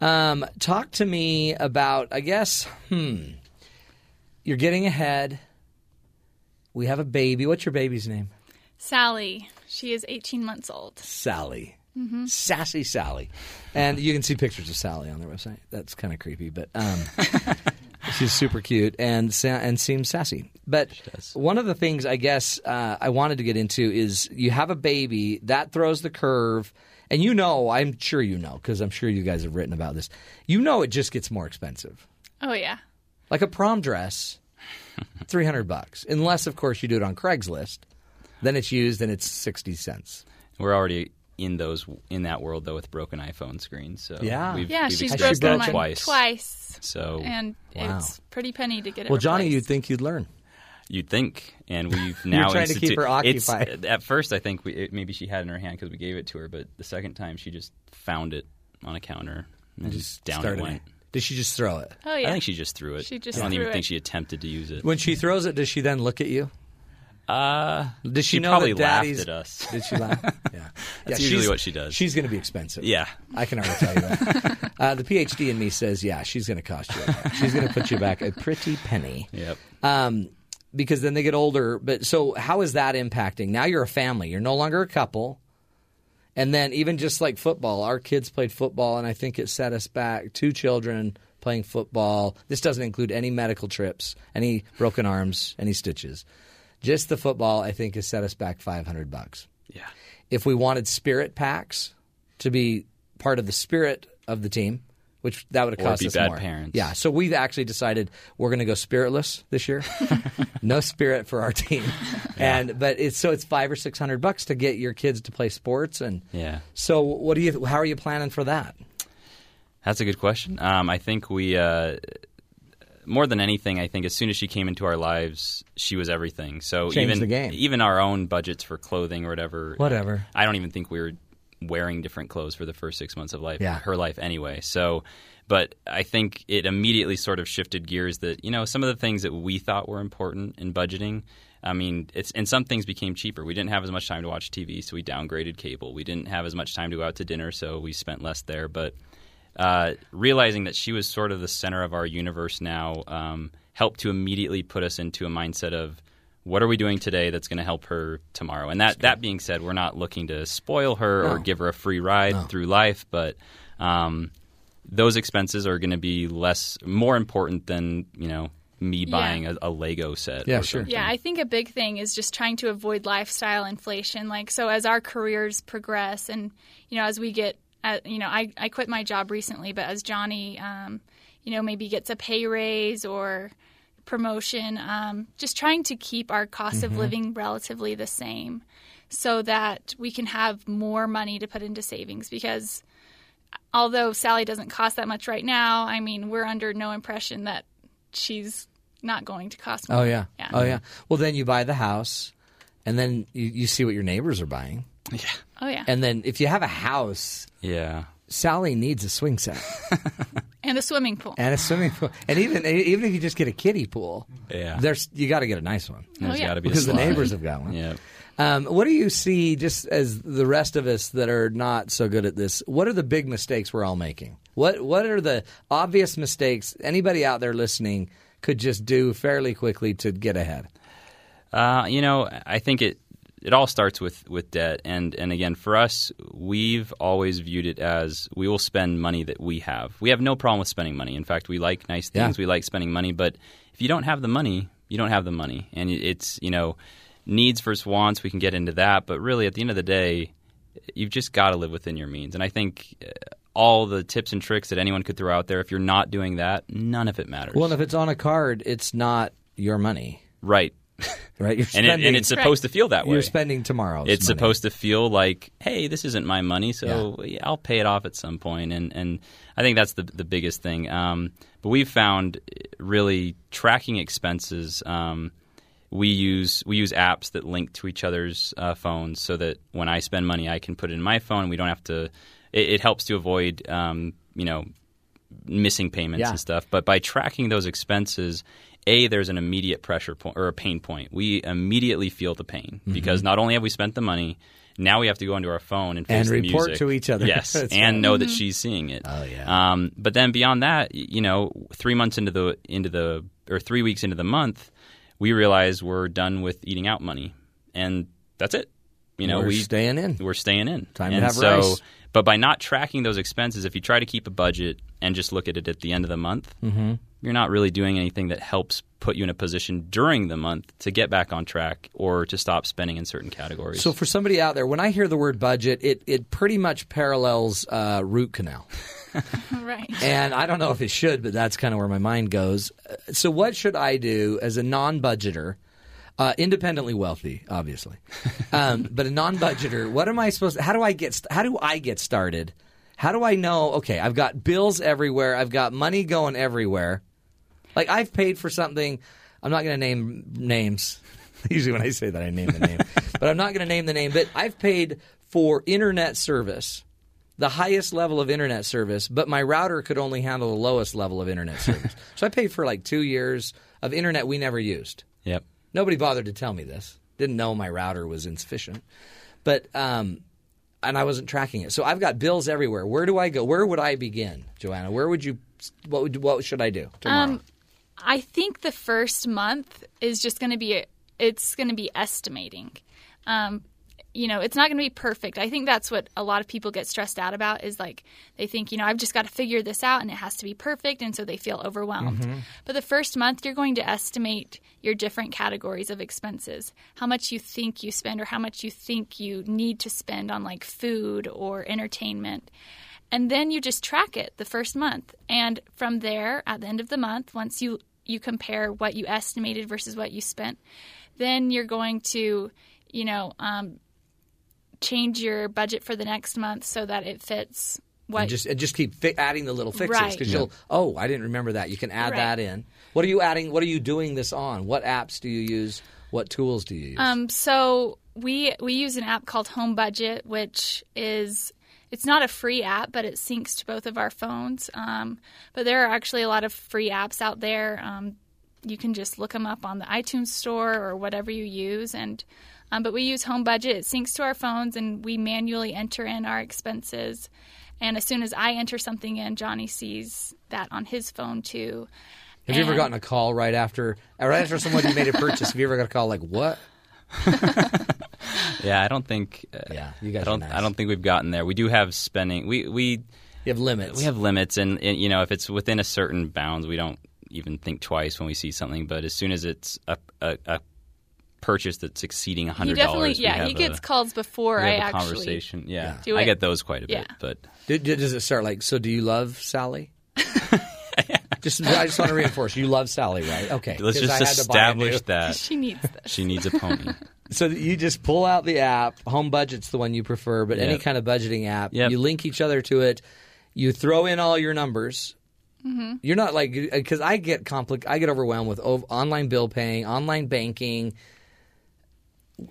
A: Um, talk to me about, I guess, hmm, you're getting ahead. We have a baby. What's your baby's name?
E: Sally, she is 18 months old.
A: Sally. Sassy Sally. And you can see pictures of Sally on their website. That's kind of creepy, but um, She's super cute and sa- and seems sassy. But one of the things I guess uh, I wanted to get into is you have a baby that throws the curve, and you know I'm sure you know because I'm sure you guys have written about this. You know it just gets more expensive,
E: Oh yeah.
A: like a prom dress, three hundred bucks, unless of course you do it on Craigslist. Then it's used and it's sixty cents.
B: We're already in those in that world though with broken iPhone screens. So
A: Yeah.
B: we've,
E: Yeah,
B: we've
E: she's
A: Has she
B: experienced
E: broken
A: broken
B: that
E: mine
B: twice.
E: twice.
B: So
E: And
A: Wow.
E: it's pretty penny to get it.
A: Well, Johnny,
E: replaced.
A: you'd think you'd learn.
B: You'd think, and we've now
A: trying to keep
B: institute-
A: her
B: it's-
A: occupied.
B: at first, I think we, it, maybe she had it in her hand because we gave it to her, but the second time she just found it on a counter and just down it
A: Started
B: went.
A: Did she just throw it?
E: Oh yeah.
B: I think she just threw it.
E: She just
B: I don't
E: threw
B: even
E: it.
B: think she attempted to use it.
A: When she throws it, does she then look at you?
B: Uh,
A: Did she,
B: she
A: know
B: probably
A: that
B: laughed
A: daddy's-
B: at us.
A: Did she laugh? yeah, that's
B: usually what she does.
A: She's going to be expensive.
B: yeah,
A: I can already tell you that. uh, the PhD in me says, yeah, she's going to cost you. a lot. She's going to put you back a pretty penny.
B: yep.
A: Um, because then they get older. But so, how is that impacting? Now you're a family. You're no longer a couple. And then even just like football, our kids played football, and I think it set us back. Two children playing football. This doesn't include any medical trips, any broken arms, any stitches. Just the football, I think, has set us back five hundred bucks
B: Yeah,
A: if we wanted spirit packs to be part of the spirit of the team, which that would have
B: Or
A: cost
B: be
A: us
B: bad
A: more.
B: parents.
A: Yeah, so we've actually decided we're going to go spiritless this year. no spirit for our team, and but it's so it's five or six hundred bucks to get your kids to play sports and
B: yeah.
A: So what do you? How are you planning for that?
B: That's a good question. Um, I think we, uh, more than anything, I think as soon as she came into our lives, she was everything. So
A: Changed
B: even
A: the game.
B: even our own budgets for clothing or whatever, uh,
A: Whatever.
B: I don't even think we were wearing different clothes for the first six months of life,
A: Yeah.
B: her life anyway. So, but I think it immediately sort of shifted gears that you know some of the things that we thought were important in budgeting. I mean, it's and some things became cheaper. We didn't have as much time to watch TV, so we downgraded cable. We didn't have as much time to go out to dinner, so we spent less there. But uh, realizing that she was sort of the center of our universe now um, helped to immediately put us into a mindset of what are we doing today that's going to help her tomorrow? And that, that being said, we're not looking to spoil her or give her a free ride through life, but um, those expenses are going to be less more important than you know me buying a, a Lego set.
A: Yeah,
B: or
A: sure.
B: something.
E: Yeah, I think a big thing is just trying to avoid lifestyle inflation. Like, so as our careers progress, and you know, as we get, uh, you know, I I quit my job recently, but as Johnny, um, you know, maybe gets a pay raise or promotion, um, just trying to keep our cost
A: Mm-hmm.
E: of living relatively the same, so that we can have more money to put into savings because. uh, Although Sally doesn't cost that much right now, I mean, we're under no impression that she's not going to cost more.
A: Oh yeah.
E: Yeah.
A: Oh yeah. Well, then you buy the house, and then you, you see what your neighbors are buying,
E: Oh yeah, and,
A: and then if you have a house,
B: yeah.
A: Sally needs a swing set.
E: a swimming pool.
A: and a swimming pool, and even even if you just get a kiddie pool,
B: Yeah.
A: there's you got to get a nice one
B: There's
E: Oh, yeah.
B: got to be
A: because the
B: a slide.
A: neighbors have got one.
B: Yeah.
A: Um, what do you see, just as the rest of us that are not so good at this? What are the big mistakes we're all making? What What are the obvious mistakes anybody out there listening could just do fairly quickly to get ahead?
B: Uh, you know, I think it it all starts with with debt, and and again, for us, we've always viewed it as we will spend money that we have. We have no problem with spending money. In fact, we like nice things.
A: Yeah.
B: We like spending money, but if you don't have the money, you don't have the money, and it's you know needs versus wants. We can get into that, but really, at the end of the day, you've just got to live within your means. And I think. uh, All the tips and tricks that anyone could throw out there, if you're not doing that, none of it matters.
A: Well, and if it's on a card, it's not your money,
B: right.
A: right? You're
B: and,
A: spending,
B: it, and it's supposed to feel that way.
A: you're spending tomorrow's.
B: it's
A: money.
B: supposed to feel like, hey, this isn't my money, so yeah, I'll pay it off at some point. And and I think that's the the biggest thing. Um, but we've found eh, really tracking expenses. Um, we use we use apps that link to each other's uh, phones, so that when I spend money, I can put it in my phone. We don't have to. It, it helps to avoid, um, you know, missing payments
A: Yeah.
B: and stuff. But by tracking those expenses, a there's an immediate pressure point or a pain point. We immediately feel the pain
A: Mm-hmm.
B: because not only have we spent the money, now we have to go into our phone and
A: And
B: face the
A: report
B: music.
A: to each other.
B: Yes,
A: That's
B: and know that she's seeing it. Oh yeah. Um, but then beyond that, y- you know, three months into the into the or three weeks into the month, we realize we're done with eating out money, and that's it. You know,
A: We're
B: we
A: staying in.
B: we're staying in.
A: Time to
B: and
A: have
B: so,
A: rice. Mm-hmm.
B: But by not tracking those expenses, if you try to keep a budget and just look at it at the end of the month, you're not really doing anything that helps put you in a position during the month to get back on track or to stop spending in certain categories.
A: So for somebody out there, when I hear the word budget, it, it pretty much parallels uh, root canal.
E: right.
A: And I don't know if it should, but that's kind of where my mind goes. Uh, So what should I do as a non-budgeter, uh, independently wealthy, obviously, um, but a non-budgeter? What am I supposed? how do I get? st- How do I get started? How do I know? Okay, I've got bills everywhere. I've got money going everywhere. Like I've paid for something. I'm not going to name names. Usually, when I say that, I name the name, but I'm not going to name the name. But I've paid for internet service, the highest level of internet service, but my router could only handle the lowest level of internet service. so I paid for like two years of internet we never used.
B: yep.
A: Nobody bothered to tell me this. Didn't know my router was insufficient, but um, and I wasn't tracking it. So I've got bills everywhere. Where do I go? Where would I begin, Joanna? Where would you? What would, what should I do tomorrow?
E: I think the first month is just going to be it's going to be estimating. Um, you know, it's not going to be perfect. I think that's what a lot of people get stressed out about is like they think, you know, I've just got to figure this out and it has to be perfect and so they feel overwhelmed. But the first month you're going to estimate your different categories of expenses. How much you think you spend or how much you think you need to spend on like food or entertainment. And then you just track it the first month. And from there, at the end of the month, once you, you compare what you estimated versus what you spent, then you're going to, you know, um, change your budget for the next month so that it fits what
A: and just and just keep fi- adding the little fixes
E: Right.
A: because you'll oh I didn't remember that you can add
E: Right.
A: that in. What are you adding? What are you doing this on? What apps do you use? What tools do you use?
E: Um, so we we use an app called Home Budget, which is it's not a free app, but it syncs to both of our phones. Um, but there are actually a lot of free apps out there. Um, you can just look them up on the iTunes store or whatever you use, and um, but we use Home Budget. It syncs to our phones, and we manually enter in our expenses. And as soon as I enter something in, Johnny sees that on his phone too.
A: have you ever
E: and-
A: gotten a call right after uh, right after someone you made a purchase? Have you ever got a call like what?
B: Yeah, I don't think. Uh,
A: Yeah, you guys
B: I don't.
A: are nice.
B: I don't think we've gotten there. We do have spending. We we
A: You have limits.
B: we have limits, and, and you know if it's within a certain bounds, we don't even think twice when we see something. But as soon as it's a a, a purchase that's exceeding
E: He
B: hundred
E: definitely,
B: dollars,
E: yeah, he gets calls before
B: we
E: I
B: have a
E: actually
B: conversation. Yeah,
E: do
B: I
E: it.
B: get those quite a bit,
E: Yeah.
B: but
A: Do- do- does it start like so? Do you love Sally? just I just want to reinforce you love Sally, right? Okay,
B: let's
A: 'cause I
B: just
A: had to buy a new-
B: establish that
E: She needs this.
B: she needs a pony.
A: So that you just pull out the app. Home Budget's the one you prefer, but any
B: Yep.
A: kind of budgeting app.
B: Yep.
A: You link each other to it. You throw in all your numbers.
E: Mm-hmm.
A: You're not like because I get compli- I get overwhelmed with ov- online bill paying, online banking.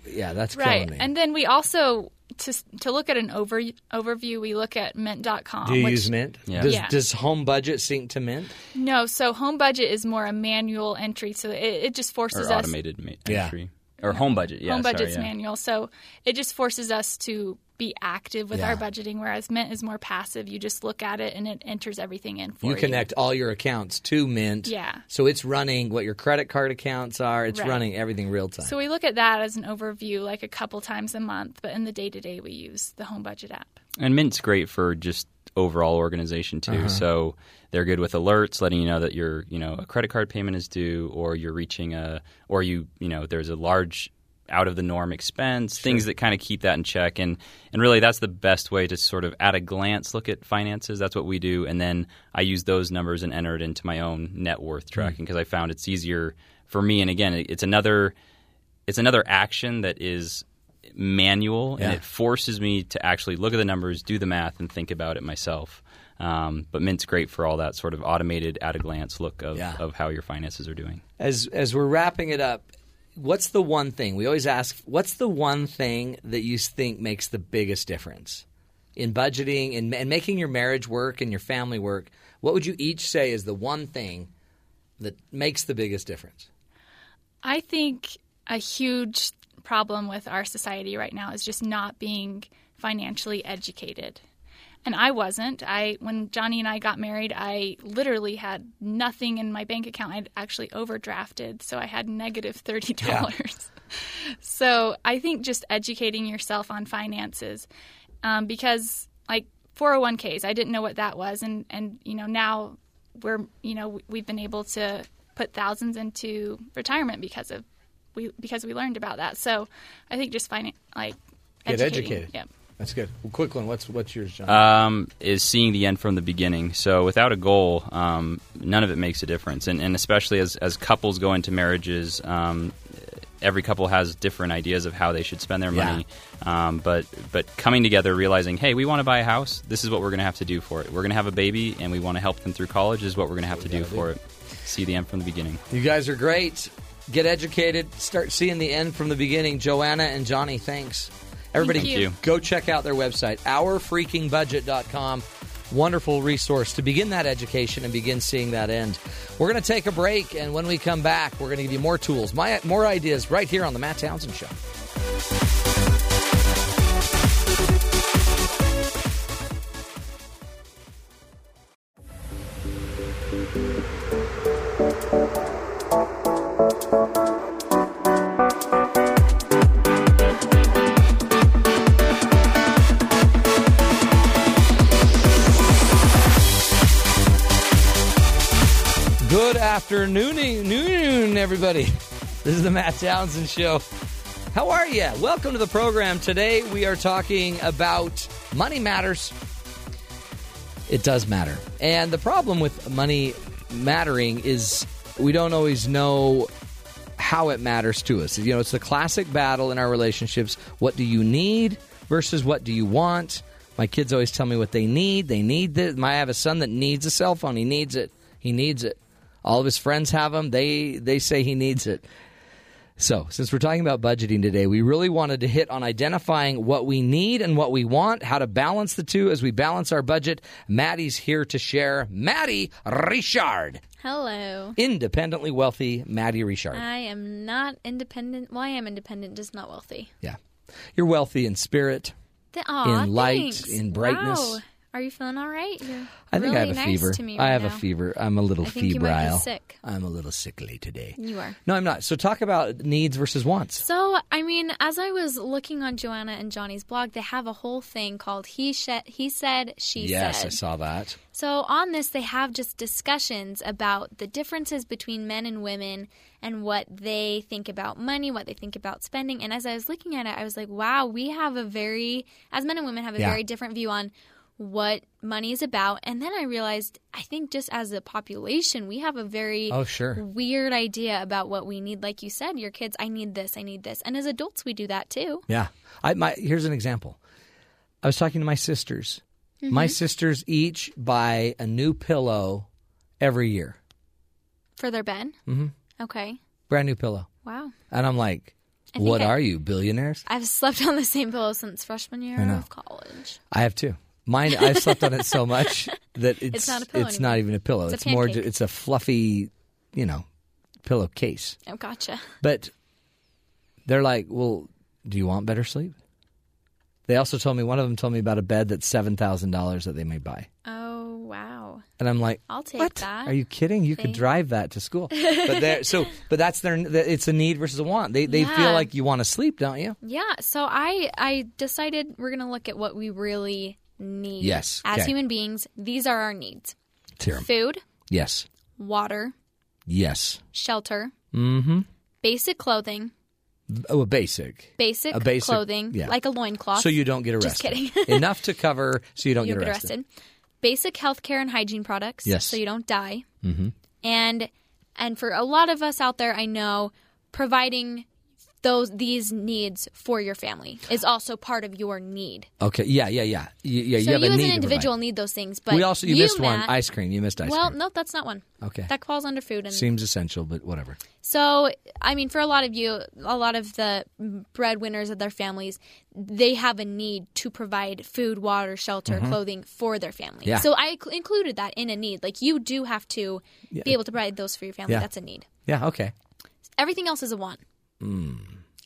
A: Yeah, that's
E: right
A: killing me.
E: and then we also to to look at an over overview we look at mint.com
A: do you
E: which,
A: use Mint?
B: Yeah.
A: Does,
E: Yeah.
A: does Home Budget sync to Mint?
E: no so home budget is more a manual entry so it, it just forces
B: or
E: us
B: automated ma-
A: Yeah.
B: entry or home budget. Yeah,
E: home
B: sorry,
E: budget's
B: yeah.
E: manual so it just forces us to be active with our
A: Yeah.
E: budgeting whereas mint is more passive you just look at it and it enters everything in for
A: You
E: you
A: connect all your accounts to Mint.
E: Yeah.
A: So it's running what your credit card accounts are. It's
E: Right.
A: running everything real time.
E: so we look at that as an overview like a couple times a month but in the day to day we use the home budget app
B: And Mint's great for just overall organization too. So they're good with alerts, letting you know that your you know a credit card payment is due, or you're reaching a, or you you know there's a large out of the norm expense, things that kind of keep that in check. And and really that's the best way to sort of at a glance look at finances. That's what we do. And then I use those numbers and enter it into my own net worth tracking because I found it's easier for me. And again, it- it's another it's another action that is manual and it forces me to actually look at the numbers, do the math, and think about it myself. Um, but Mint's great for all that sort of automated, at a glance look of,
A: Yeah.
B: of how your finances are doing.
A: as as we're wrapping it up, what's the one thing we always ask? What's the one thing that you think makes the biggest difference in budgeting and, and making your marriage work and your family work? What would you each say is the one thing that makes the biggest difference?
E: I think a huge problem with our society right now is just not being financially educated. And I wasn't. I when Johnny and I got married, I literally had nothing in my bank account. I'd actually overdrafted, so I had negative thirty dollars. So I think just educating yourself on finances, oh um, because like 401ks, I didn't know what that was, and and you know now we're you know we- we've been able to put thousands into retirement because of we because we learned about that. So I think just finding like
F: Get
E: educating-
F: educated.
E: Yeah.
F: That's good. Well, quick one. What's what's yours, John?
B: um, is seeing the end from the beginning. So without a goal, um, none of it makes a difference. And, and especially as, as couples go into marriages, um, every couple has different ideas of how they should spend their
F: Yeah.
B: money. Um, but but coming together, realizing, hey, we want to buy a house. This is what we're going to have to do for it. We're going to have a baby, and we want to help them through college. Is what we're going to have to do for it. See the end from the beginning.
A: You guys are great. Get educated. Start seeing the end from the beginning. Joanna and Johnny, thanks. Everybody,
E: Thank you.
A: go check out their website, ourfreakingbudget.com. Wonderful resource to begin that education and begin seeing that end. We're going to take a break, and when we come back, we're going to give you more tools, my, more ideas right here on The Matt Townsend Show. Good afternoon, noon, everybody. This is the Matt Townsend Show. How are you? Welcome to the program. Today we are talking about money matters. It does matter. And the problem with money mattering is we don't always know how it matters to us. You know, it's the classic battle in our relationships. What do you need versus what do you want? My kids always tell me what they need. They need this. I have a son that needs a cell phone. He needs it. He needs it. All of his friends have them. They they say he needs it. So, since we're talking about budgeting today, we really wanted to hit on identifying what we need and what we want, how to balance the two as we balance our budget. Maddie's here to share. Maddie Richard,
G: Hello.
A: independently wealthy Maddie Richard.
G: I am not independent. Well, I am independent, just not wealthy.
A: Yeah. You're wealthy in spirit.
G: Th- aw,
A: In light,
G: thanks.
A: in brightness.
G: Wow. Are you feeling all right? You're
A: I think
G: really
A: I have a
G: nice
A: fever.
G: To me
A: I
G: right
A: have a
G: now.
A: fever. I'm a little
G: I think you
A: febrile.
G: might be sick.
A: I'm a little sickly today.
G: You are.
A: No, I'm not. So talk about needs versus wants.
G: So, I mean, as I was looking on Joanna and Johnny's blog, they have a whole thing called "He, sh- he Said, She
A: yes,
G: Said."
A: I saw that.
G: So, on this, they have just discussions about the differences between men and women and what they think about money, what they think about spending. And as I was looking at it, I was like, wow, we have a very, as men and women, have a
A: Yeah.
G: very different view on what money is about. And then I realized, I think just as a population, we have a very
A: Oh, sure.
G: weird idea about what we need. Like you said, your kids, I need this, I need this. And as adults, we do that too.
A: Yeah. I my here's an example. I was talking to my sisters.
G: Mm-hmm.
A: My sisters each buy a new pillow every year.
G: For their Ben?
A: Mhm.
G: Okay.
A: Brand new pillow.
G: Wow.
A: And I'm like,
G: I think
A: "What
G: I-
A: are you, billionaires?"
G: I've slept on the same pillow since freshman year
A: know.
G: of college.
A: I have two. Mine, I've slept on it so much that it's
G: not a pillow
A: it's not
G: anymore.
A: even a pillow.
G: It's a
A: more
G: pancake.
A: ju- it's a fluffy, you know, pillowcase.
G: Oh, gotcha.
A: But they're like, "Well, do you want better sleep?" They also told me one of them told me about a bed that's seven thousand dollars that they may buy,
G: Oh, wow.
A: and I'm like,
G: I'll take
A: "What?
G: that.
A: Are you kidding? You could
G: Thank-
A: drive that to school." But they're so, but that's their. It's a need versus a want. They they
G: Yeah.
A: feel like you want to sleep, don't you?
G: Yeah, so I I decided we're going to look at what we really need.
A: Yes,
G: As
A: okay.
G: human beings, these are our needs.
A: Tear 'em.
G: Food,
A: Yes,
G: water,
A: yes.
G: shelter,
A: Mm-hmm.
G: basic clothing,
A: Oh, a basic.
G: basic,
A: A basic-
G: clothing,
A: yeah.
G: like a loincloth.
A: So you don't get arrested.
G: Just kidding.
A: Enough to cover so you don't
G: you
A: get
G: don't
A: arrested.
G: Basic health care and hygiene products.
A: Yes.
G: So you don't die.
A: Mhm.
G: And and for a lot of us out there, I know providing those these needs for your family is also part of your need.
A: Okay. Yeah. Yeah. Yeah. You, yeah.
G: so
A: you have
G: you
A: a
G: as
A: need
G: an
A: to
G: individual
A: provide.
G: need those things, but
A: we also you, missed one
G: Matt,
A: ice cream. You missed ice
G: well,
A: cream.
G: no, that's not one.
A: Okay.
G: That falls under food. And
A: Seems essential, but whatever.
G: so, I mean, for a lot of you, a lot of the breadwinners of their families, they have a need to provide food, water, shelter, clothing for their family.
A: Mm-hmm. Yeah.
G: So I cl- included that in a need. Like you do have to be able to provide those for your family.
A: Yeah.
G: That's a need.
A: Yeah. Okay.
G: Everything else is a want.
A: Hmm.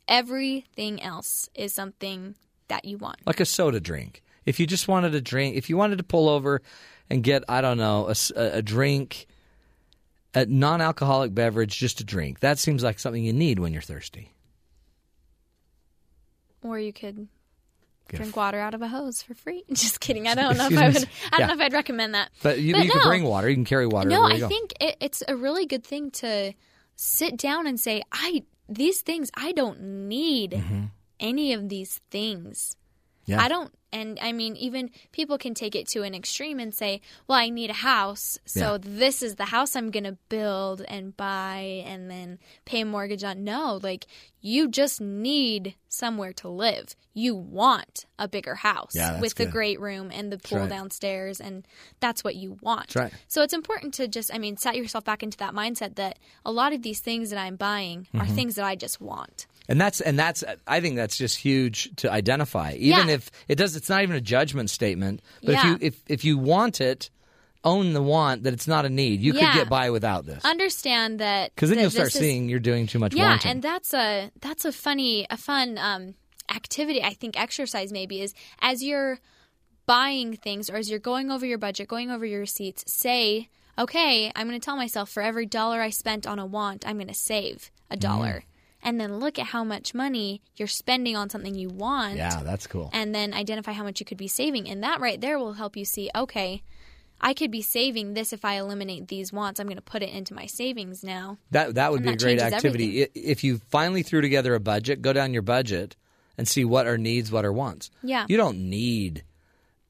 G: Everything else is something that you want.
A: Like a soda drink. If you just wanted a drink, if you wanted to pull over and get, I don't know, a, s- a- a drink, a non-alcoholic beverage, just a drink. That seems like something you need when you're thirsty.
G: Or you could drink water out of a hose for free. Just kidding. I don't know if
A: Excuse
G: I
A: me.
G: would. I don't
A: Yeah.
G: know if I'd recommend that.
A: But you, you can
G: no.
A: bring water. You can carry water.
G: No,
A: everywhere you
G: I
A: go.
G: think it, it's a really good thing to sit down and say, "I these things I don't need any of these things.
A: Mm-hmm. Yeah.
G: I don't." And I mean, even people can take it to an extreme and say, "Well, I need a house, so
A: Yeah.
G: this is the house I'm going to build and buy, and then pay a mortgage on." No, like you just need somewhere to live. You want a bigger house
A: Yeah, that's
G: with the
A: good.
G: great room and the pool
A: right.
G: downstairs, and that's what you want.
A: That's right.
G: So it's important to just, I mean, set yourself back into that mindset that a lot of these things that I'm buying are
A: Mm-hmm.
G: things that I just want.
A: And that's and that's I think that's just huge to identify. Even
G: Yeah.
A: if it does, it's not even a judgment statement. But
G: Yeah.
A: if you if if you want it, own the want that it's not a need. You
G: Yeah.
A: could get by without this
G: Understand that
A: because then
G: that
A: you'll start
G: this is-
A: seeing you're doing too much
G: yeah,
A: wanting.
G: and that's a that's a funny a fun um, activity. I think exercise maybe is as you're buying things or as you're going over your budget, going over your receipts, say, okay, I'm going to tell myself for every dollar I spent on a want, I'm going to save a
A: Mm-hmm.
G: dollar. And then look at how much money you're spending on something you want.
A: yeah, that's cool.
G: and then identify how much you could be saving. And that right there will help you see, okay, I could be saving this if I eliminate these wants. I'm going to put it into my savings now.
A: That that would
G: And
A: be a
G: that
A: great
G: changes
A: activity. I If you finally threw together a budget, go down your budget and see what are needs, what are wants.
G: Yeah.
A: You don't need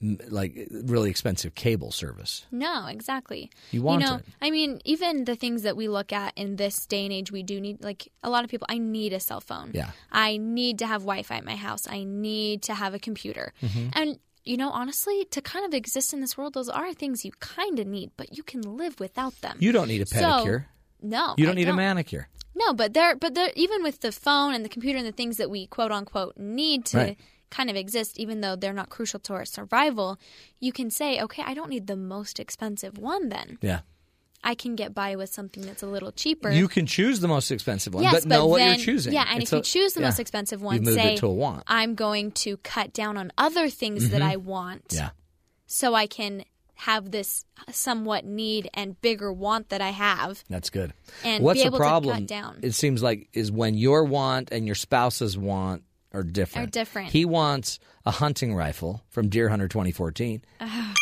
A: m- like really expensive cable service.
G: No, exactly.
A: You want
G: know,
A: it.
G: I mean, even the things that we look at in this day and age, we do need, like a lot of people, I need a cell phone.
A: Yeah.
G: I need to have Wi Fi at my house. I need to have a computer.
A: Mm-hmm.
G: And, you know, honestly, to kind of exist in this world, those are things you kind of need, but you can live without them.
A: You don't need a
G: So,
A: pedicure.
G: no,
A: you don't
G: I
A: need a manicure.
G: No, but there, but there, even with the phone and the computer and the things that we quote unquote need to
A: Right.
G: kind of exist, even though they're not crucial to our survival, you can say, okay, I don't need the most expensive one. Then
A: Yeah.
G: I can get by with something that's a little cheaper.
A: You can choose the most expensive one,
G: yes,
A: but know what
G: then,
A: you're choosing.
G: Yeah, and
A: It's
G: if
A: a-
G: you choose the
A: yeah.
G: most expensive one,
A: You've moved
G: say
A: it to a want. Mm-hmm.
G: I'm going to cut down on other things that I want,
A: Yeah.
G: so I can have this somewhat need and bigger want that I have.
A: That's good.
G: And
A: What's
G: be
A: the
G: able to cut
A: problem?
G: down.
A: It seems like is when your want and your spouse's want are different.
G: Are different.
A: He wants a hunting rifle from Deer Hunter 2014. Oh gosh.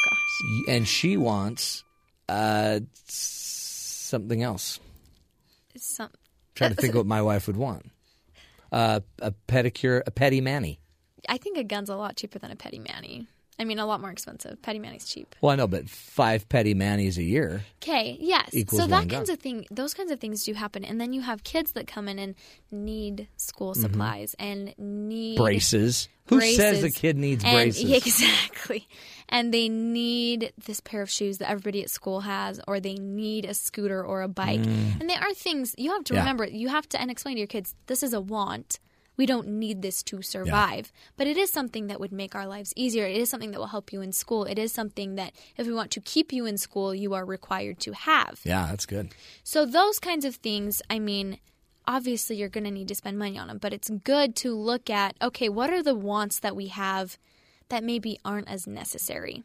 A: And she wants uh, s- something else.
G: Some,
A: trying to think what my wife would want. Uh, a pedicure, a petty manny.
G: I think a gun's a lot cheaper than a petty manny. I mean, a lot more expensive. Petty manny's cheap.
A: Well, I know, but five petty mannies a year.
G: Okay, yes.
A: Equals
G: so that
A: one gun.
G: kinds of thing, those kinds of things do happen, and then you have kids that come in and need school supplies and need
A: Mm-hmm. Braces. Who says
G: braces.
A: a kid needs
G: and,
A: braces?
G: yeah, exactly. And they need this pair of shoes that everybody at school has, or they need a scooter or a bike. And they are things you have to
A: Mm. Yeah.
G: remember. You have to and explain to your kids this is a want. We don't need this to survive, but it is something that would make our lives easier. It is something that will help you in school. It is something that, if we want to keep you in school, you are required to have.
A: yeah, that's good.
G: So those kinds of things, I mean, obviously you're going to need to spend money on them, but it's good to look at, okay, what are the wants that we have that maybe aren't as necessary?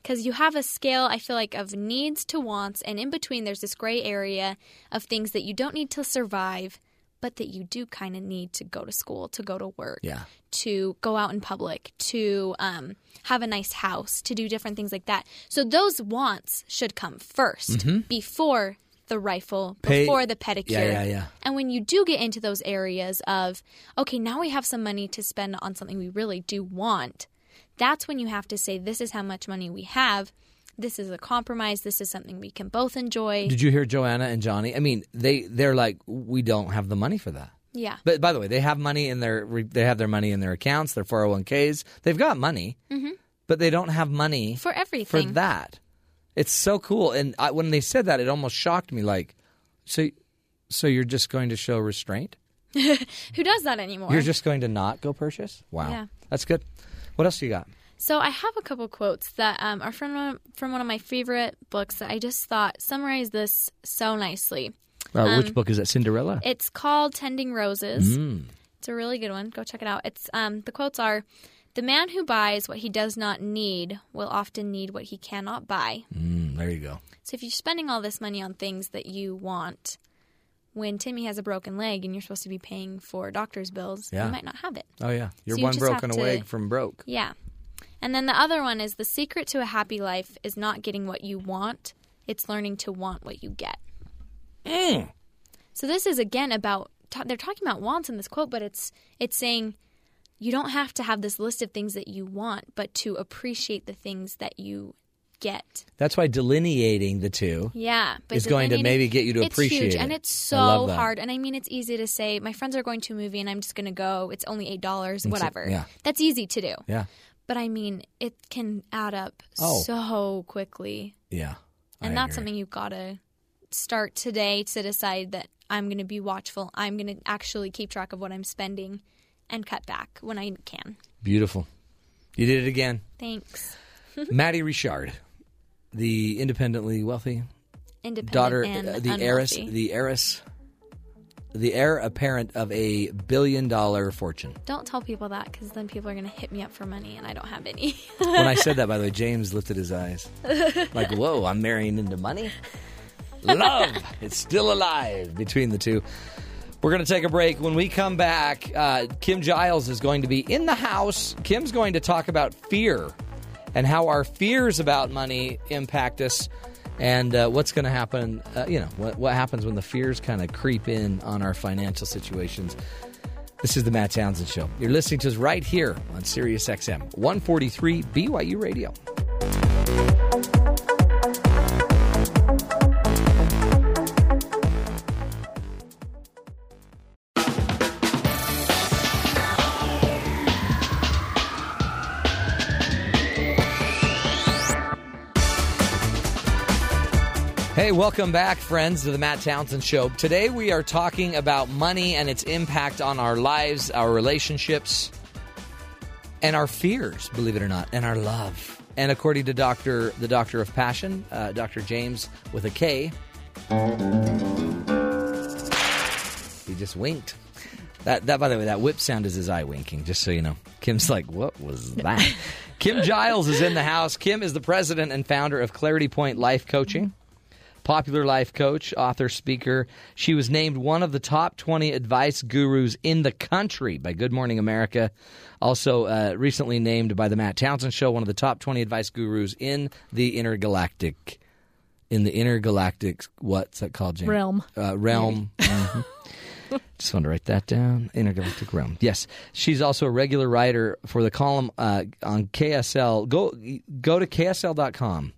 G: Because you have a scale, I feel like, of needs to wants, and in between there's this gray area of things that you don't need to survive, but that you do kind of need to go to school, to go to work,
A: Yeah.
G: to go out in public, to um, have a nice house, to do different things like that. So those wants should come 1st before the rifle,
A: Mm-hmm. Pay-
G: before the pedicure.
A: Yeah, yeah, yeah.
G: And when you do get into those areas of, okay, now we have some money to spend on something we really do want, that's when you have to say, this is how much money we have. This is a compromise. This is something we can both enjoy.
A: Did you hear Joanna and Johnny? I mean, they they're like, we don't have the money for that.
G: yeah.
A: But by the way, they have money in their re- they have their money in their accounts, their four hundred one ks. They've got money, but they don't have money
G: Mm-hmm. For
A: for
G: everything.
A: that. It's so cool. And I, when they said that, it almost shocked me. Like, so so you're just going to show restraint?
G: Who does that anymore?
A: You're just going to not go purchase? Wow,
G: Yeah.
A: that's good. What else you got?
G: So I have a couple quotes that um, are from one, from one of my favorite books that I just thought summarized this so nicely.
A: Uh,
G: Um,
A: which book is that? Cinderella.
G: It's called Tending Roses.
A: Mm.
G: It's a really good one. Go check it out. It's um, the quotes are, "The man who buys what he does not need will often need what he cannot buy."
A: Mm, there you go.
G: So if you're spending all this money on things that you want, when Timmy has a broken leg and you're supposed to be paying for doctor's bills,
A: Yeah.
G: you might not have it.
A: Oh yeah, you're
G: you
A: one
G: just
A: broken
G: have to-
A: away from broke.
G: Yeah. And then the other one is the secret to a happy life is not getting what you want, it's learning to want what you get.
A: Mm.
G: So this is again about ta- they're talking about wants in this quote, but it's it's saying you don't have to have this list of things that you want, but to appreciate the things that you get.
A: That's why delineating the two.
G: Yeah, but
A: It's going to
G: delineating-
A: maybe get you to
G: it's
A: appreciate
G: huge,
A: it.
G: and it's
A: I love
G: so
A: that.
G: hard. And I mean, it's easy to say my friends are going to a movie, and I'm just going to go. It's only eight dollars, whatever.
A: yeah.
G: that's easy to do.
A: Yeah,
G: But I mean, it can add up
A: Oh.
G: so quickly.
A: yeah,
G: And
A: I
G: that's
A: agree.
G: something you've got to start today to decide that I'm going to be watchful. I'm going to actually keep track of what I'm spending and cut back when I can.
A: beautiful. You did it again,
G: Thanks.
A: Maddie Richard, the independently wealthy
G: Independent
A: daughter,
G: and
A: uh, the heiress,
G: unwealthy.
A: the heiress, the heir apparent of a billion dollar fortune.
G: Don't tell people that because then people are going to hit me up for money and I don't have any.
A: when I said that, by the way, James lifted his eyes. Like, whoa, I'm marrying into money? Love! It's still alive between the two. We're going to take a break. When we come back, uh, Kim Giles is going to be in the house. Kim's going to talk about fear and how our fears about money impact us and uh, what's going to happen. Uh, you know, what, what happens when the fears kind of creep in on our financial situations. This is the Matt Townsend Show. You're listening to us right here on Sirius XM 143 BYU Radio. Hey, welcome back, friends, to the Matt Townsend Show. Today we are talking about money and its impact on our lives, our relationships, and our fears, believe it or not, and our love. And according to Doctor, the Doctor of Passion, uh, Doctor James with a K, he just winked. That, that, by the way, that whip sound is his eye winking. Just so you know, Kim's like, "What was that?" Kim Giles is in the house. Kim is the president and founder of Clarity Point Life Coaching popular life coach, author, speaker. She was named one of the top 20 advice gurus in the country by Good Morning America. Also, uh, recently named by the Matt Townsend Show, one of the top 20 advice gurus in the intergalactic. In the intergalactic, what's that called, James?
H: Realm.
A: Uh, realm. Mhm. Just want to write that down. Intergalactic Realm. Yes, she's also a regular writer for the column uh, on KSL. Go go to ksl.com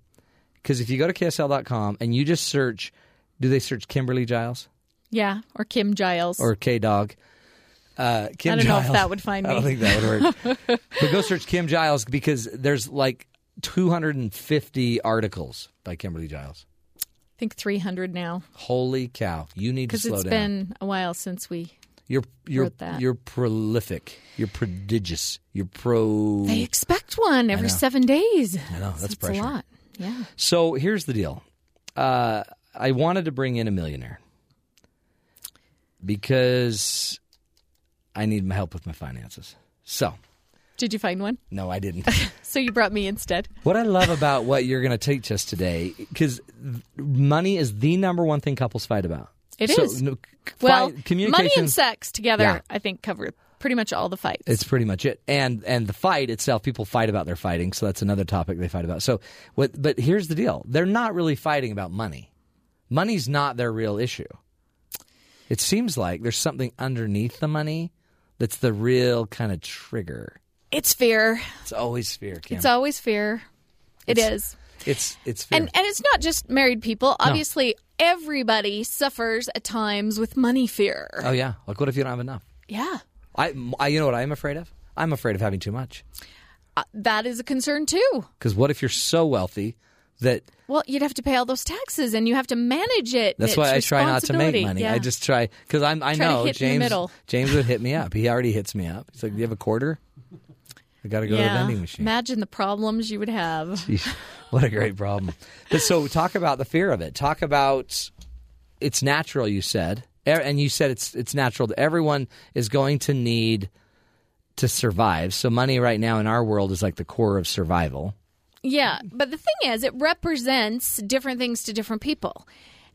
A: because if you go to KSL.com and you just search, do they search Kimberly Giles
H: Yeah, or Kim Giles.
A: or K Dog? Uh, Kim
H: I don't know if
A: Giles.
H: that would find
A: I don't
H: me.
A: think that would work. but go search Kim Giles because there's like 250 articles by Kimberly Giles.
H: I think 300 now
A: Holy cow! You need to
H: because
A: slow
H: it's
A: down.
H: been a while since we.
A: you're you're
H: wrote that.
A: you're prolific. You're prodigious. You're pro.
H: They expect one every
A: Mm. know.
H: seven days.
A: I know that's
H: That's a
A: pressure.
H: lot. Yeah.
A: So here's the deal. Uh, I wanted to bring in a millionaire because I need my help with my finances. So,
H: Did you find one?
A: no, I didn't.
H: So you brought me instead.
A: what I love about what you're going to teach us today, because money is the number one thing couples fight about.
H: It
A: It is so,
H: is.
A: no, c-
H: Well,
A: fight-
H: money
A: communication-
H: and sex together,
A: Yeah.
H: I think, cover pretty much all the fights.
A: It's pretty much it. And and the fight itself, people fight about their fighting, so that's another topic they fight about. So what but here's the deal. They're not really fighting about money. Money's not their real issue. It seems like there's something underneath the money that's the real kind of trigger.
H: It's fear.
A: It's always fear, Kim.
H: It's always fear. it's,
A: it's, it's fear.
H: And, and it's not just married people. Obviously, everybody suffers at times with money fear.
A: oh yeah. Like what if you don't have enough?
H: yeah.
A: I, I you know what I'm afraid of? I'm afraid of having too much.
H: Uh, that is a concern, too.
A: Cuz what if you're so wealthy that
H: Well, you'd have to pay all those taxes and you have to manage it.
A: That's
H: It's
A: why I try not to make
H: responsibility.
A: money.
H: Yeah.
A: I just try because I'm. I
H: Try to
A: know
H: hit in the
A: James.
H: middle.
A: James would hit me up. He already hits me up. He's like, "Do you have a quarter? I got to go to
H: yeah.
A: the vending machine."
H: Imagine the problems you would have.
A: Jeez, what a great problem. But so talk about the fear of it. Talk about it's natural. You said, E- and you said it's it's natural that everyone is going to need to survive. So money right now in our world is like the core of survival.
H: Yeah, but the thing is, it represents different things to different people,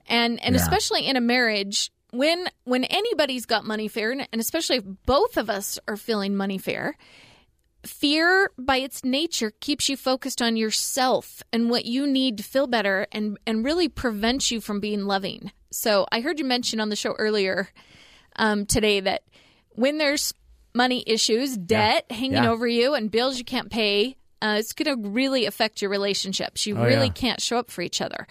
H: and and
A: Yeah.
H: especially in a marriage, when when anybody's got money fear, and and especially if both of us are feeling money fear, fear by its nature keeps you focused on yourself and what you need to feel better and and really prevents you from being loving so i heard you mention on the show earlier um, today that when there's money issues debt hanging
A: Yeah.
H: over you and bills you can't pay uh, it's going to really affect your relationships you really
A: Oh, yeah.
H: can't show up for each other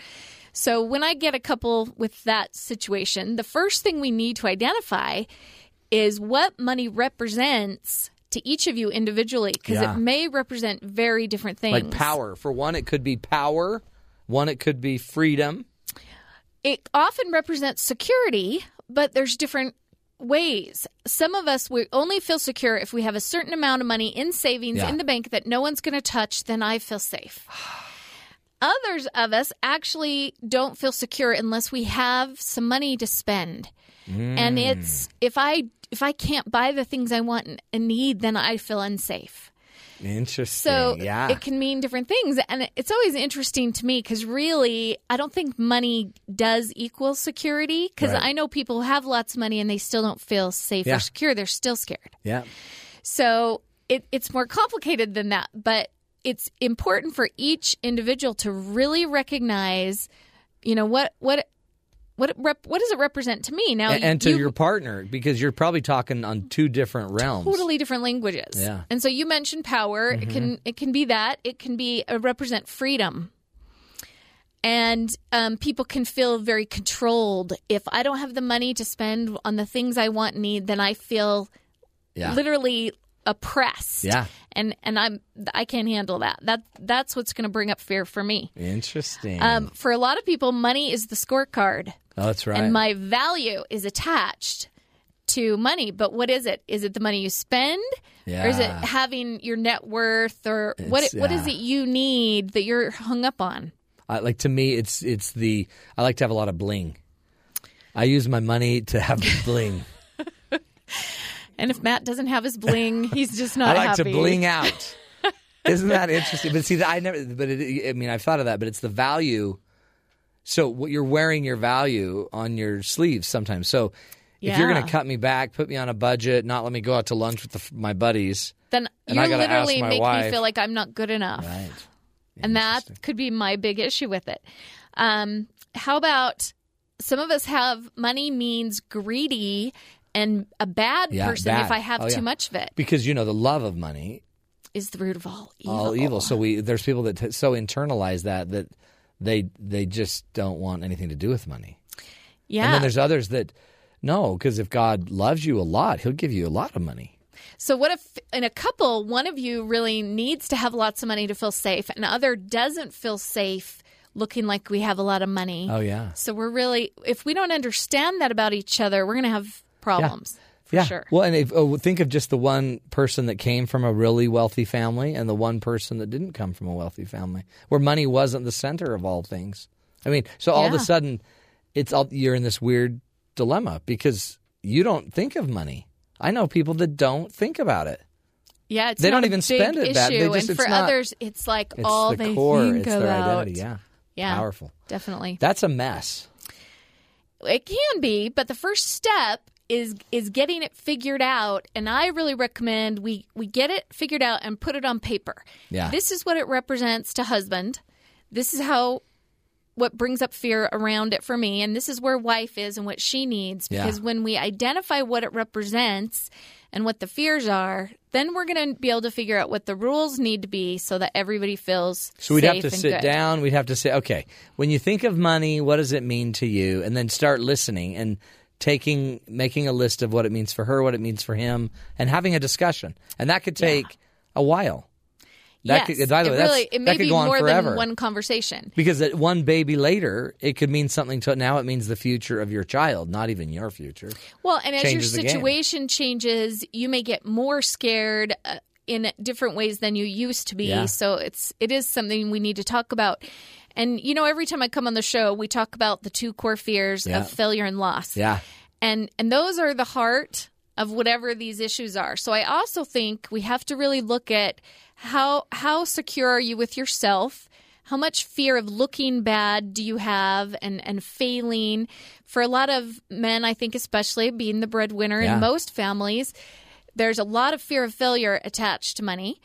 H: so when i get a couple with that situation the first thing we need to identify is what money represents to each of you individually because
A: Yeah.
H: it may represent very different things.
A: Like power. For one, it could be power. One, it could be freedom.
H: It often represents security, but there's different ways. Some of us we only feel secure if we have a certain amount of money in savings
A: Yeah.
H: in the bank that no one's going to touch, then I feel safe. Others of us actually don't feel secure unless we have some money to spend. And it's if I if I can't buy the things I want and- and need, then I feel unsafe.
A: Interesting.
H: So
A: yeah.
H: it can mean different things. And it's always interesting to me because really, I don't think money does equal security because
A: Right.
H: I know people who have lots of money and they still don't feel safe
A: Yeah.
H: or secure. They're still scared.
A: yeah.
H: So it, it's more complicated than that. But it's important for each individual to really recognize, you know, what, what, what, it rep, what does it represent to me? Now,
A: A- and to
H: Um, you-
A: your partner, because you're probably talking on two different realms.
H: totally different languages.
A: Yeah. Mm-hmm.
H: And so you mentioned power. It can it can be that. It can be uh, represent freedom. And um, people can feel very controlled. If I don't have the money to spend on the things I want and need, then I feel
A: Yeah.
H: literally oppressed.
A: Yeah.
H: And and I'm I can't handle that. That that's what's going to bring up fear for me.
A: Interesting.
H: Um, for a lot of people, money is the scorecard
A: oh, that's right.
H: and my value is attached to money. But what is it? Is it the money you spend, or is it
A: Yeah.
H: having your net worth, or what?
A: It's-
H: What is
A: yeah.
H: it you need that you're hung up on?
A: I, like to me, it's it's the I like to have a lot of bling. I use my money to have bling.
H: And if Matt doesn't have his bling, he's just
A: I
H: not
A: like
H: happy.
A: to bling out. Isn't that interesting? But see, I never. But it, I mean, I've thought of that. But it's the value. So what you're wearing your value on your sleeves sometimes. So if you're going
H: Yeah.
A: to cut me back, put me on a budget, not let me go out to lunch with the, f- my buddies.
H: Then
A: And
H: you
A: I gotta ask
H: literally
A: my
H: make me
A: wife.
H: feel like I'm not good enough,
A: Right.
H: and that could be my big issue with it. Um, how about some of us have money means greedy and a bad
A: Yeah,
H: person if
A: bad.
H: I have
A: Oh,
H: too
A: yeah.
H: much of it
A: Because you know the love of money
H: is the root of all evil.
A: all evil. So we there's people that t- so internalize that that they they just don't want anything to do with money.
H: yeah.
A: And then there's others that no, because if God loves you a lot, He'll give you a lot of money.
H: So, what if in a couple, one of you really needs to have lots of money to feel safe, and the other doesn't feel safe looking like we have a lot of money?
A: Oh, yeah,
H: So, we're really, if we don't understand that about each other, we're going to have problems for
A: yeah.
H: sure.
A: Well, and if, oh, think of just the one person that came from a really wealthy family and the one person that didn't come from a wealthy family, where money wasn't the center of all things. I mean, so all of
H: Yeah.
A: a sudden, it's all you're in this weird dilemma because you don't think of money. I know people that don't think about it.
H: yeah, it's
A: they
H: not
A: don't
H: a
A: even
H: big
A: spend it
H: issue.
A: that- they just-
H: and
A: it's
H: for
A: not-
H: others, it's like
A: It's
H: all
A: the
H: they
A: core,
H: think
A: it's
H: about.
A: their identity. Yeah.
H: yeah,
A: powerful.
H: definitely.
A: That's a mess.
H: it can be but the first step is is getting it figured out and i really recommend we we get it figured out and put it on paper
A: Yeah.
H: this is what it represents to husband this is how what brings up fear around it for me and this is where wife is and what she needs
A: Yeah.
H: because when we identify what it represents and what the fears are then we're going to be able to figure out what the rules need to be so that everybody feels
A: So we'd have
H: safe
A: to
H: and
A: sit
H: good.
A: down. We'd have to say, okay, when you think of money, what does it mean to you? And then start listening and taking, making a list of what it means for her, what it means for him, and having a discussion. And that could take a while. That
H: yes,
A: could, by the
H: it
A: way,
H: really
A: that's,
H: it
A: that
H: may
A: could
H: be
A: go on
H: more
A: forever.
H: than one conversation
A: because at one baby later, it could mean something to now. It means the future of your child, not even your future.
H: Well, and as your
A: changes the game.
H: situation changes, you may get more scared uh, in different ways than you used to be.
A: Yeah.
H: So it's it is something we need to talk about. And you know, every time I come on the show, we talk about the two core fears
A: Yeah.
H: of failure and loss.
A: Yeah,
H: And and those are the heart of whatever these issues are. So I also think we have to really look at how how secure are you with yourself? how much fear of looking bad do you have and, and failing? For a lot of men, I think, especially being the breadwinner
A: Yeah.
H: in most families, there's a lot of fear of failure attached to money.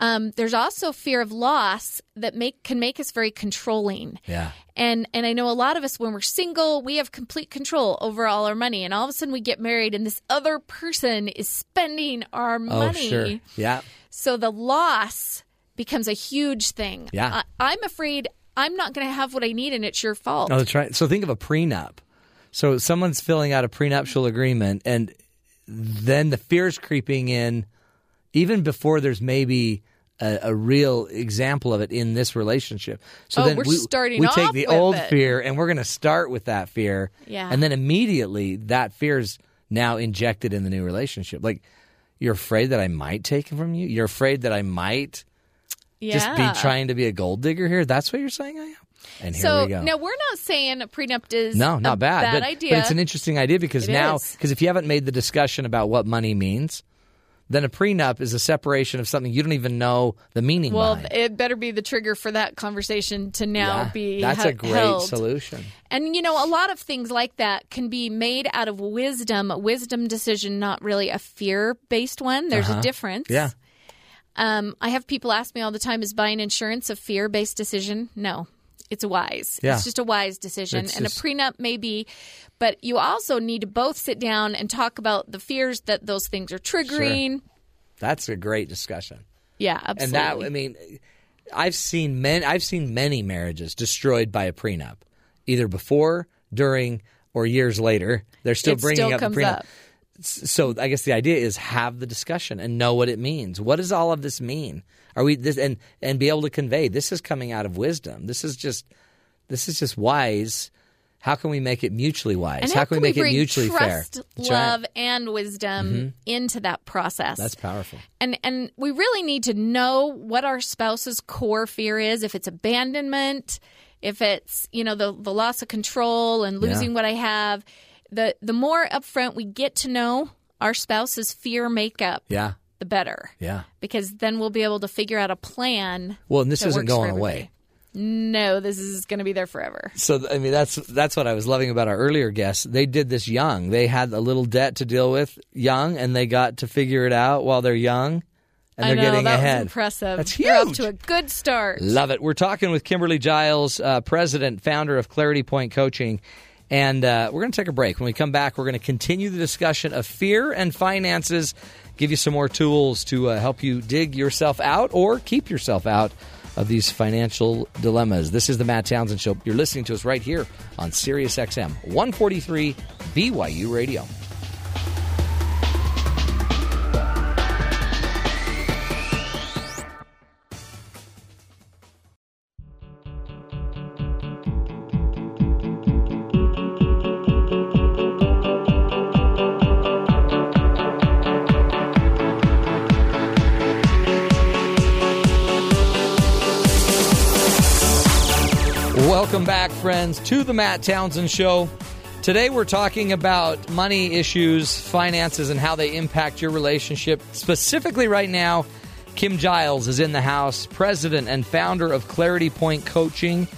H: Um, there's also fear of loss that make can make us very controlling.
A: Yeah.
H: And and I know a lot of us when we're single, we have complete control over all our money, and all of a sudden we get married, and this other person is spending our
A: Oh,
H: money.
A: sure. Yeah.
H: So the loss becomes a huge thing.
A: Yeah.
H: I, I'm afraid I'm not going to have what I need, and it's your fault.
A: Oh, that's right. So think of a prenup. So someone's filling out a prenuptial agreement, and then the fear's creeping in, even before there's maybe a, a real example of it in this relationship. So
H: Oh,
A: then
H: we're
A: we,
H: starting
A: we take
H: off
A: the
H: with
A: old
H: it.
A: fear, and we're going to start with that fear.
H: Yeah.
A: And then immediately that fear's now injected in the new relationship. Like you're afraid that I might take it from you. You're afraid that I might just
H: Yeah.
A: be trying to be a gold digger here. That's what you're saying I am. And here
H: So
A: we go.
H: now we're not saying a prenup is
A: No,
H: a
A: not bad.
H: bad
A: but,
H: idea.
A: but it's an interesting idea because
H: It
A: now,
H: is.
A: because if you haven't made the discussion about what money means, then a prenup is a separation of something you don't even know the meaning
H: well,
A: behind.
H: it better be the trigger for that conversation to now
A: Yeah,
H: be
A: that's
H: he-
A: a great
H: held.
A: solution.
H: And you know, a lot of things like that can be made out of wisdom, a wisdom decision, not really a fear based one. There's a difference.
A: Uh-huh. Yeah.
H: Um, I have people ask me all the time, is buying insurance a fear based decision? No. It's a wise.
A: Yeah.
H: It's just a wise decision.
A: It's
H: and
A: just-
H: a prenup may be, but you also need to both sit down and talk about the fears that those things are triggering.
A: That's a great discussion.
H: Yeah,
A: And
H: absolutely.
A: that, I mean, I've seen men, I've seen many marriages destroyed by a prenup, either before, during, or years later. They're still
H: it
A: bringing
H: still
A: up
H: comes
A: the prenup.
H: up.
A: so I guess the idea is have the discussion and know what it means. What does all of this mean? Are we this and and be able to convey this is coming out of wisdom. This is just this is just wise. How can we make it mutually wise?
H: And
A: how can we make
H: bring
A: it mutually
H: trust,
A: fair? That's right. Mm-hmm.
H: love, and wisdom into that process?
A: That's powerful.
H: and and we really need to know what our spouse's core fear is if it's abandonment if it's you know the the loss of control and losing what i have the the more upfront we get to know our spouse's fear makeup
A: Yeah.
H: the better
A: Yeah.
H: because then we'll be able to figure out a plan
A: Well, and this
H: that
A: isn't
H: works for
A: going away.
H: everybody. no this is going to be there forever
A: So th- I mean that's that's what I was loving about our earlier guests. They did this young. They had a little debt to deal with young and they got to figure it out while they're young and
H: i
A: they're
H: know
A: getting
H: that
A: ahead.
H: was impressive
A: That's
H: They're up
A: huge.
H: to a good start
A: Love it. We're talking with Kimberly Giles, uh, president, founder of Clarity Point Coaching. And uh, we're going to take a break. When we come back, we're going to continue the discussion of fear and finances, give you some more tools to uh, help you dig yourself out or keep yourself out of these financial dilemmas. This is the Matt Townsend Show. You're listening to us right here on Sirius XM 143 BYU Radio. Welcome back, friends, to the Matt Townsend Show. Today we're talking about money issues, finances, and how they impact your relationship. Specifically, right now, Kim Giles is in the house, president and founder of Clarity Point Coaching.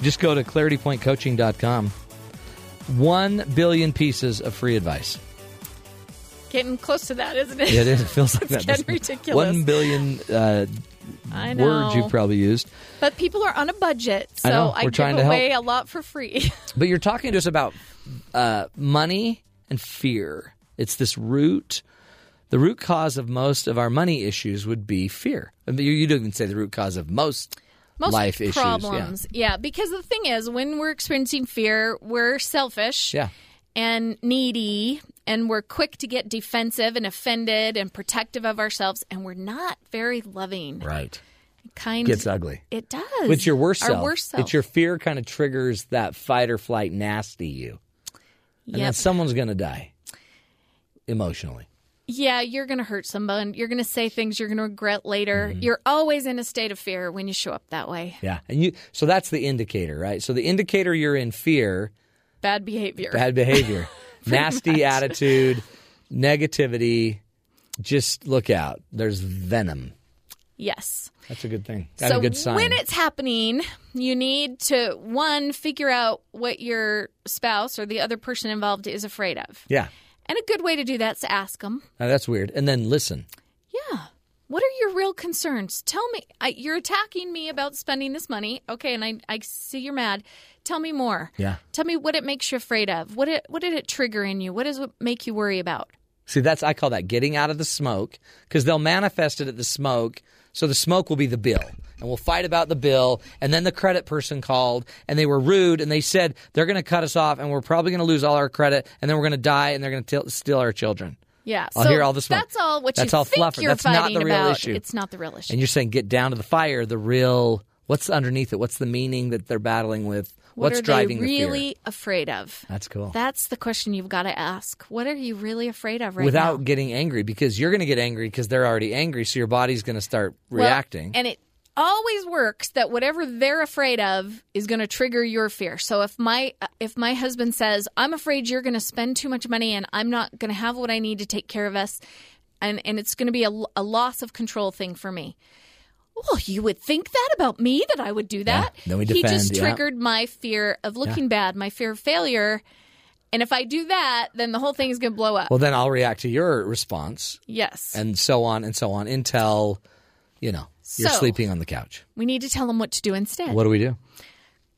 A: Just go to claritypointcoaching.com. One billion pieces of free advice.
H: getting close to that isn't it
A: It is. It feels like
H: It's
A: that. doesn't
H: getting
A: it?
H: ridiculous.
A: One billion uh,
H: I know.
A: words you've probably used.
H: But people are on a budget, so
A: I
H: I,
A: know. We're
H: give
A: trying to help.
H: away a lot for free.
A: But you're talking to us about uh, money and fear. It's this root. The root cause of most of our money issues would be fear. I mean, you, you don't even say the root cause of most,
H: Most
A: life
H: problems, yeah. Because the thing is, when we're experiencing fear, we're
A: issues.
H: selfish,
A: Yeah.
H: and needy, and we're quick to get defensive and offended and protective of ourselves, and we're not very loving,
A: Yeah. Right.
H: kind.
A: Gets ugly.
H: It does.
A: It's your worst
H: Our
A: self.
H: worst self.
A: It's your fear kind of triggers that fight or flight nasty you. And then
H: Yep.
A: someone's going to die emotionally.
H: Yeah, you're going to hurt someone. You're going to say things you're going to regret later.
A: Mm-hmm.
H: You're always in a state of fear when you show up that way.
A: Yeah. And you so that's the indicator, right? So the indicator you're in fear
H: Bad behavior.
A: bad behavior, nasty attitude, negativity. Just look out. There's venom.
H: Yes.
F: That's a good thing. That's
H: so
F: a good sign.
H: when it's happening, you need to one figure out what your spouse or the other person involved is afraid of.
F: yeah.
H: And a good way to do that's to ask them,
F: Now that's weird. And then listen.
H: Yeah. What are your real concerns? Tell me. I, you're attacking me about spending this money. Okay, and I, I see you're mad. Tell me more.
F: Yeah.
H: Tell me what it makes you afraid of. What it, what did it trigger in you? What does it make you worry about?
A: See, that's I call that getting out of the smoke because they'll manifest it at the smoke. So the smoke will be the bill, and we'll fight about the bill. And then the credit person called, and they were rude, and they said they're going to cut us off, and we're probably going to lose all our credit, and then we're going to die, and they're going to steal our children.
H: Yeah.
A: I'll
H: so
A: hear all the smoke.
H: That's all what
A: That's
H: you
A: all
H: think
A: fluffer.
H: you're
A: That's not
H: fighting
A: the real
H: about.
A: issue.
H: It's not the real issue.
A: And you're saying get down to the fire. The real what's underneath it? What's the meaning that they're battling with?
H: what
A: what's
H: are
A: driving
H: they really
A: the fear?
H: afraid of?
A: That's cool.
H: That's the question you've got to ask. What are you really afraid of right
A: Without
H: now?
A: getting angry, because you're going to get angry because they're already angry, so your body's going to start
H: Well,
A: reacting.
H: and it always works that whatever they're afraid of is going to trigger your fear. So if my if my husband says, "I'm afraid you're going to spend too much money and I'm not going to have what I need to take care of us," and and it's going to be a, l- a loss of control thing for me. Well, you would think that about me that I would do that.
A: then we
H: he just
A: defend, yeah.
H: triggered my fear of looking bad, my fear of failure. And if I do that, then the whole thing is going to blow up.
A: well, then I'll react to your response.
H: yes.
A: and so on and so on until you know you're
H: So-
A: sleeping on the couch.
H: we need to tell him what to do instead.
A: What do we do?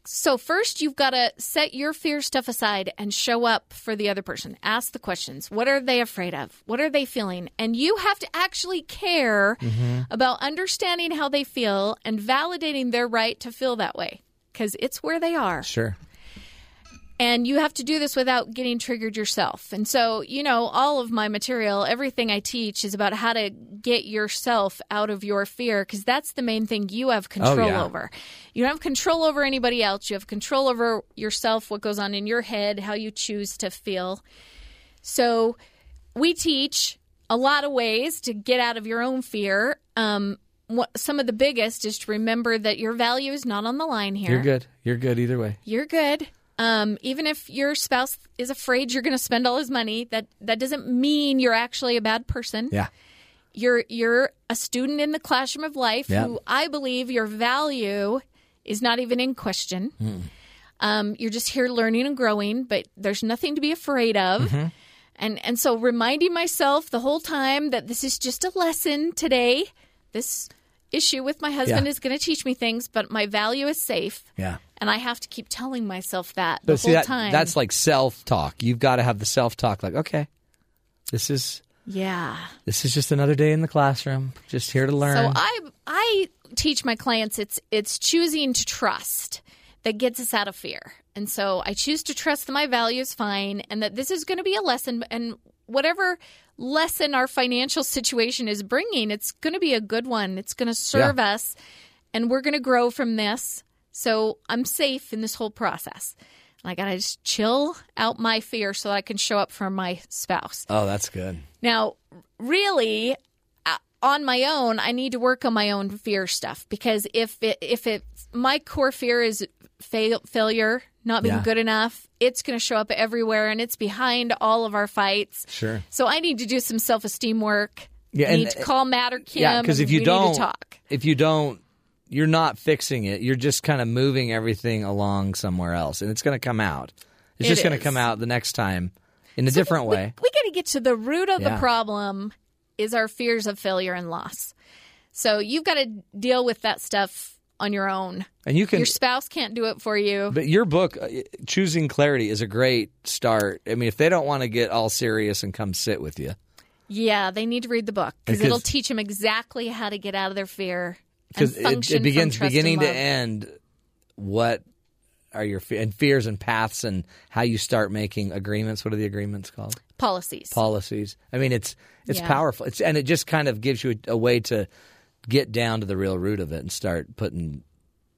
H: So first, you've got to set your fear stuff aside and show up for the other person. Ask the questions. What are they afraid of? What are they feeling? And you have to actually care
A: Mm-hmm.
H: about understanding how they feel and validating their right to feel that way because it's where they are.
A: Sure.
H: And you have to do this without getting triggered yourself. And so, you know, all of my material, everything I teach is about how to get yourself out of your fear because that's the main thing you
F: Oh,
H: have control
A: yeah.
H: over. You don't have control over anybody else. You have control over yourself, what goes on in your head, how you choose to feel. So, we teach a lot of ways to get out of your own fear. Um, what, some of the biggest is to remember that your value is not on the line here
F: You're good. You're good either way.
H: you're good. Um, even if your spouse is afraid you're going to spend all his money, that that doesn't mean you're actually a bad person.
F: Yeah.
H: You're you're a student in the classroom of life
F: Yeah.
H: who I believe your value is not even in question. Um, you're just here learning and growing, but there's nothing to be afraid of.
A: Mm-hmm.
H: And and so reminding myself the whole time that this is just a lesson today. This issue with my husband
F: Yeah.
H: is going to teach me things, but my value is safe.
F: Yeah.
H: And I have to keep telling myself that the
A: But see
H: whole
A: that
H: time.
A: that's like self talk. You've got to have the self talk. Like, okay, this is
H: yeah.
A: this is just another day in the classroom. Just here to learn.
H: So I I teach my clients it's it's choosing to trust that gets us out of fear. And so I choose to trust that my value is fine and that this is going to be a lesson and whatever lesson our financial situation is bringing, it's going to be a good one. It's going to serve us and we're going to grow from this. So I'm safe in this whole process. And I got to just chill out my fear so that I can show up for my spouse.
A: oh, that's good.
H: Now, really, uh, on my own, I need to work on my own fear stuff because if it, if it's my core fear is fail, failure, not being
A: Yeah.
H: good enough, it's going to show up everywhere and it's behind all of our fights.
A: Sure.
H: So I need to do some self esteem work.
A: Yeah,
H: Yeah,
A: and- uh,
H: need to call Matt or Kim.
A: yeah, because
H: and
A: if you
H: we need to
A: don't,
H: talk.
A: if you don't, you're not fixing it. You're just kind of moving everything along somewhere else, and it's going to come out. It's
H: It
A: just going to
H: is.
A: come out the next time in a different
H: we,
A: way.
H: We got to get to the root of
A: Yeah.
H: the problem is our fears of failure and loss. So you've got to deal with that stuff on your own.
A: And you can
H: Your spouse can't do it for you.
A: But your book, uh, Choosing Clarity, is a great start. I mean, if they don't want to get all serious and come sit with you,
H: Yeah, they need to read the book because
A: Because-
H: it'll teach them exactly how to get out of their fear and
A: because it,
H: function
A: it begins
H: from trust
A: beginning
H: and
A: to
H: love.
A: end. What are your fe- and fears and paths and how you start making agreements? What are the agreements called?
H: Policies.
A: Policies. I mean, it's it's
H: Yeah.
A: powerful. It's and it just kind of gives you a, a way to get down to the real root of it and start putting,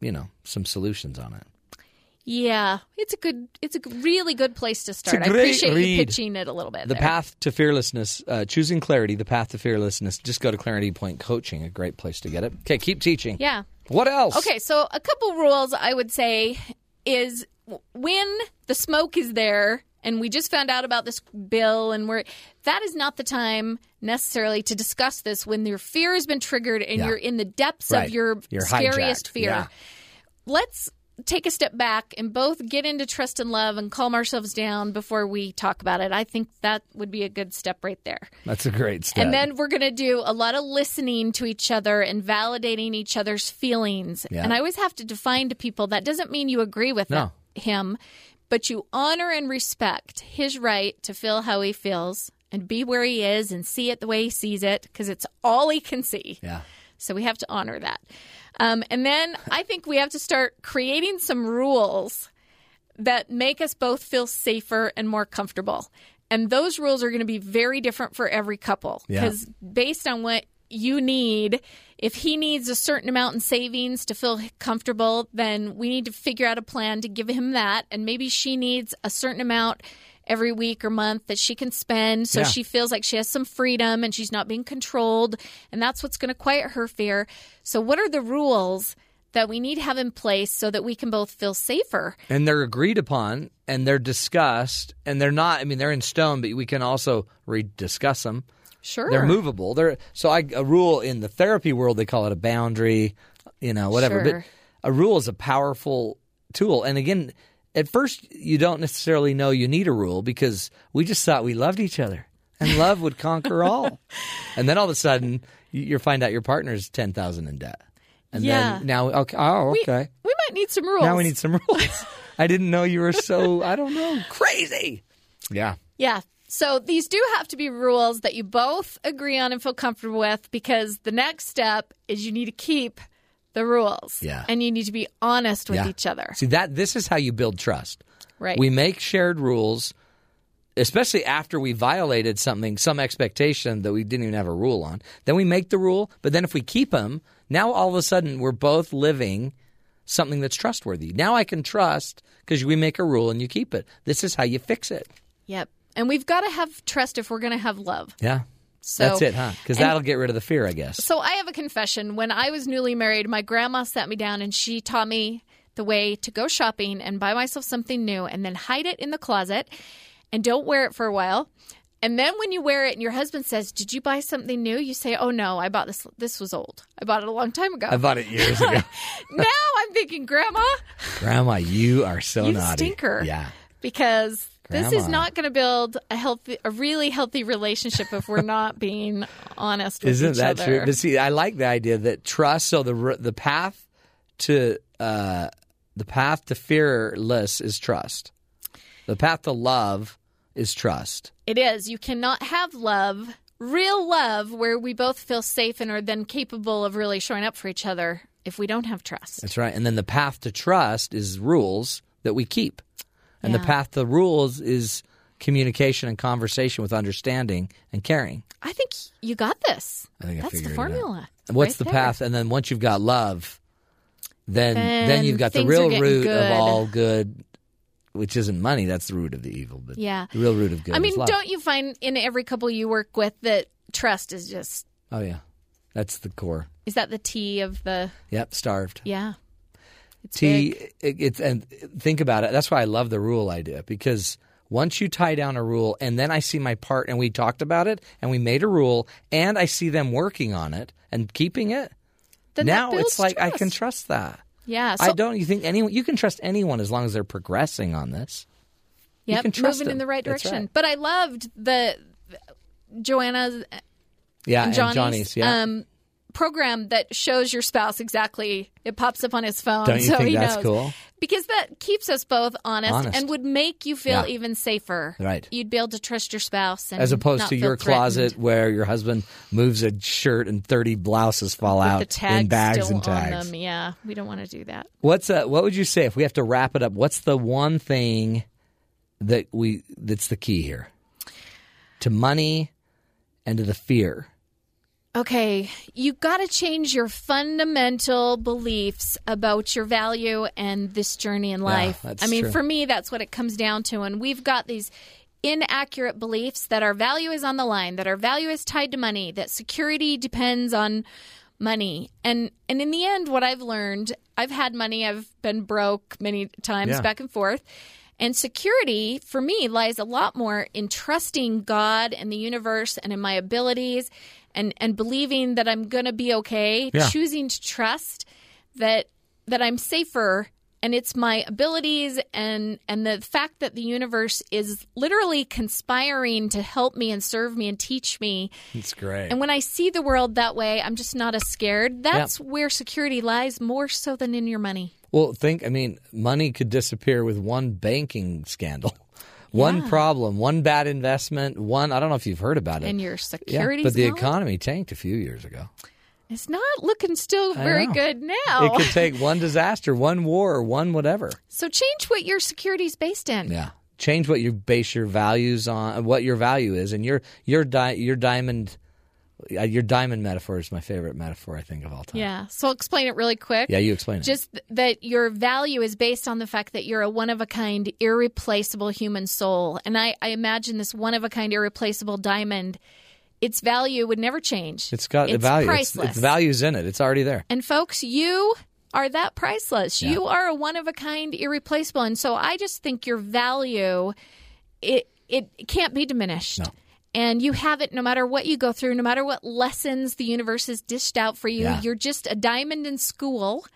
A: you know, some solutions on it.
H: yeah, it's a good, it's a g- really good place to start. I
A: great
H: appreciate you
A: read.
H: pitching it a little bit.
A: The
H: there.
A: path to fearlessness, uh, choosing clarity, the path to fearlessness. Just go to Clarity Point Coaching, a great place to get it. Okay, keep teaching.
H: Yeah.
A: What else?
H: Okay, so a couple rules I would say is w- when the smoke is there. and we just found out about this bill and we're that is not the time necessarily to discuss this when your fear has been triggered and
A: Yeah.
H: you're in the depths
F: Right.
H: of your
F: You're
H: scariest
F: hijacked.
H: fear.
F: Yeah.
H: Let's take a step back and both get into trust and love and calm ourselves down before we talk about it. I think that would be a good step right there.
F: That's a great step.
H: And then we're going to do a lot of listening to each other and validating each other's feelings.
F: Yeah.
H: And I always have to define to people that doesn't mean you agree with
A: No.
H: it- him, but you honor and respect his right to feel how he feels and be where he is and see it the way he sees it because it's all he can see.
F: yeah.
H: So we have to honor that. Um, and then I think we have to start creating some rules that make us both feel safer and more comfortable. And those rules are going to be very different for every couple
F: Yeah.
H: because based on what you need, if he needs a certain amount in savings to feel comfortable, then we need to figure out a plan to give him that. And maybe she needs a certain amount every week or month that she can spend so
A: Yeah.
H: she feels like she has some freedom and she's not being controlled. And that's what's going to quiet her fear. So, what are the rules that we need to have in place so that we can both feel safer?
A: and they're agreed upon and they're discussed and they're not i mean they're in stone but we can also rediscuss them
H: Sure.
A: they're movable they're so I, a rule in the therapy world they call it a boundary you know whatever
H: Sure.
A: but a rule is a powerful tool and again at first you don't necessarily know you need a rule because we just thought we loved each other and love would conquer all and then all of a sudden you, you find out your partner's 10000 in debt and
H: Yeah.
A: then now okay oh
H: We-
A: okay
H: We, might need some rules.
A: now we need some rules. I didn't know you were so, I don't know, crazy. Yeah.
H: Yeah. So these do have to be rules that you both agree on and feel comfortable with because the next step is you need to keep the rules.
A: Yeah.
H: And you need to be honest with
A: Yeah.
H: each other.
A: See that this is how you build trust.
H: Right.
A: We make shared rules, especially after we violated something, some expectation that we didn't even have a rule on. Then we make the rule, but then if we keep them, now all of a sudden we're both living something that's trustworthy. Now I can trust because we make a rule and you keep it. This is how you fix it.
H: yep. And we've got to have trust if we're going to have love.
A: Yeah.
H: So
A: that's it, huh? Because
H: and-
A: that'll get rid of the fear, I guess.
H: So I have a confession. When I was newly married, my grandma sat me down and she taught me the way to go shopping and buy myself something new and then hide it in the closet and don't wear it for a while. And then when you wear it and your husband says, "Did you buy something new?" you say, "Oh no, I bought this this was old. I bought it a long time ago."
A: I bought it years ago.
H: now I'm thinking, "Grandma,
A: Grandma, you are so
H: You
A: naughty.
H: stinker.
A: Yeah.
H: because this is
A: Grandma.
H: not going to build a healthy a really healthy relationship if we're not being honest with
A: Isn't
H: each
A: that
H: other."
A: true? But see, I like the idea that trust. So the r- the path to uh, the path to fearless is trust. The path to love is trust.
H: It is. You cannot have love, real love, where we both feel safe and are then capable of really showing up for each other if we don't have trust.
A: That's right. And then the path to trust is rules that we keep, and
H: Yeah.
A: the path to rules is communication and conversation with understanding and caring.
H: I think you got this.
A: I think I
H: That's the
A: figured it out.
H: formula.
A: What's
H: right
A: the
H: there.
A: path? And then once you've got love, then then,
H: Then
A: you've got the
H: things are
A: real
H: getting
A: root
H: good.
A: of all good, which isn't money. That's the root of the evil. But
H: Yeah.
A: the real root of good.
H: I mean,
A: is love.
H: don't you find in every couple you work with that trust is just
A: Oh yeah, that's the core.
H: is that the T of the
A: Yep, starved.
H: yeah. It's
A: T.
H: big.
A: It, it's and think about it. That's why I love the rule idea because once you tie down a rule, and then I see my part, and we talked about it, and we made a rule, and I see them working on it and keeping it.
H: Then that
A: now it's
H: builds
A: like I can
H: trust.
A: trust that.
H: Yeah, so
A: I don't. You think anyone? You can trust anyone as long as they're progressing on this. You
H: yep,
A: can trust
H: moving in
A: them.
H: the right
A: That's
H: direction.
A: right.
H: But I loved the Joanna's
A: Yeah,
H: and
A: Uh, and
H: Johnny's,
A: Johnny's. yeah.
H: um, program that shows your spouse exactly. It pops up on his phone,
A: Don't you
H: so
A: think
H: he
A: that's
H: knows.
A: cool?
H: Because that keeps us both honest,
A: Honest.
H: and would make you feel
A: Yeah.
H: even safer.
A: Right.
H: You'd be able to trust your spouse, and
A: as opposed
H: not
A: to
H: feel
A: your
H: threatened.
A: closet where your husband moves a shirt and 30 blouses fall
H: With
A: out
H: the tags
A: in bags
H: still
A: and tags.
H: on them. Yeah, we don't want to do that.
A: What's uh what would you say if we have to wrap it up? What's the one thing that we that's the key here to money and to the fear?
H: Okay, you got to change your fundamental beliefs about your value and this journey in life.
A: that's
H: I mean,
A: true.
H: for me, that's what it comes down to. And we've got these inaccurate beliefs that our value is on the line, that our value is tied to money, that security depends on money. And and in the end, what I've learned, I've had money, I've been broke many times
A: Yeah.
H: back and forth. And security for me lies a lot more in trusting God and the universe and in my abilities and, and believing that I'm going to be okay,
C: Yeah.
H: choosing to trust that that I'm safer and it's my abilities and and the fact that the universe is literally conspiring to help me and serve me and teach me.
A: It's great.
H: And when I see the world that way, I'm just not as scared. That's where security lies more so than in your money.
A: Well, think. I mean, money could disappear with one banking scandal, one problem, one bad investment, one. I don't know if you've heard about it.
H: And your
A: Yeah,
H: security's
A: but the
H: not,
A: economy tanked a few years ago.
H: it's not looking still very
A: know.
H: good
A: It
H: now.
A: could take one disaster, one war, or one whatever.
H: so change what your security's based in.
A: Yeah. Change what you base your values on, what your value is, and your your di- your diamond, uh, your diamond metaphor is my favorite metaphor I think of all time.
H: Yeah. So I'll explain it really quick.
A: Yeah, you explain it.
H: Just th- that your value is based on the fact that you're a one of a kind, irreplaceable human soul. And I, I imagine this one of a kind, irreplaceable diamond, its value would never change.
A: it's got the
H: it's
A: value. It's,
H: Priceless.
A: it's values in it. It's already there.
H: And folks, you are that priceless. You are a one of a kind, irreplaceable. And so I just think your value it it can't be diminished. And you have it no matter what you go through, no matter what lessons the universe has dished out for you.
A: Yeah.
H: You're just a diamond in school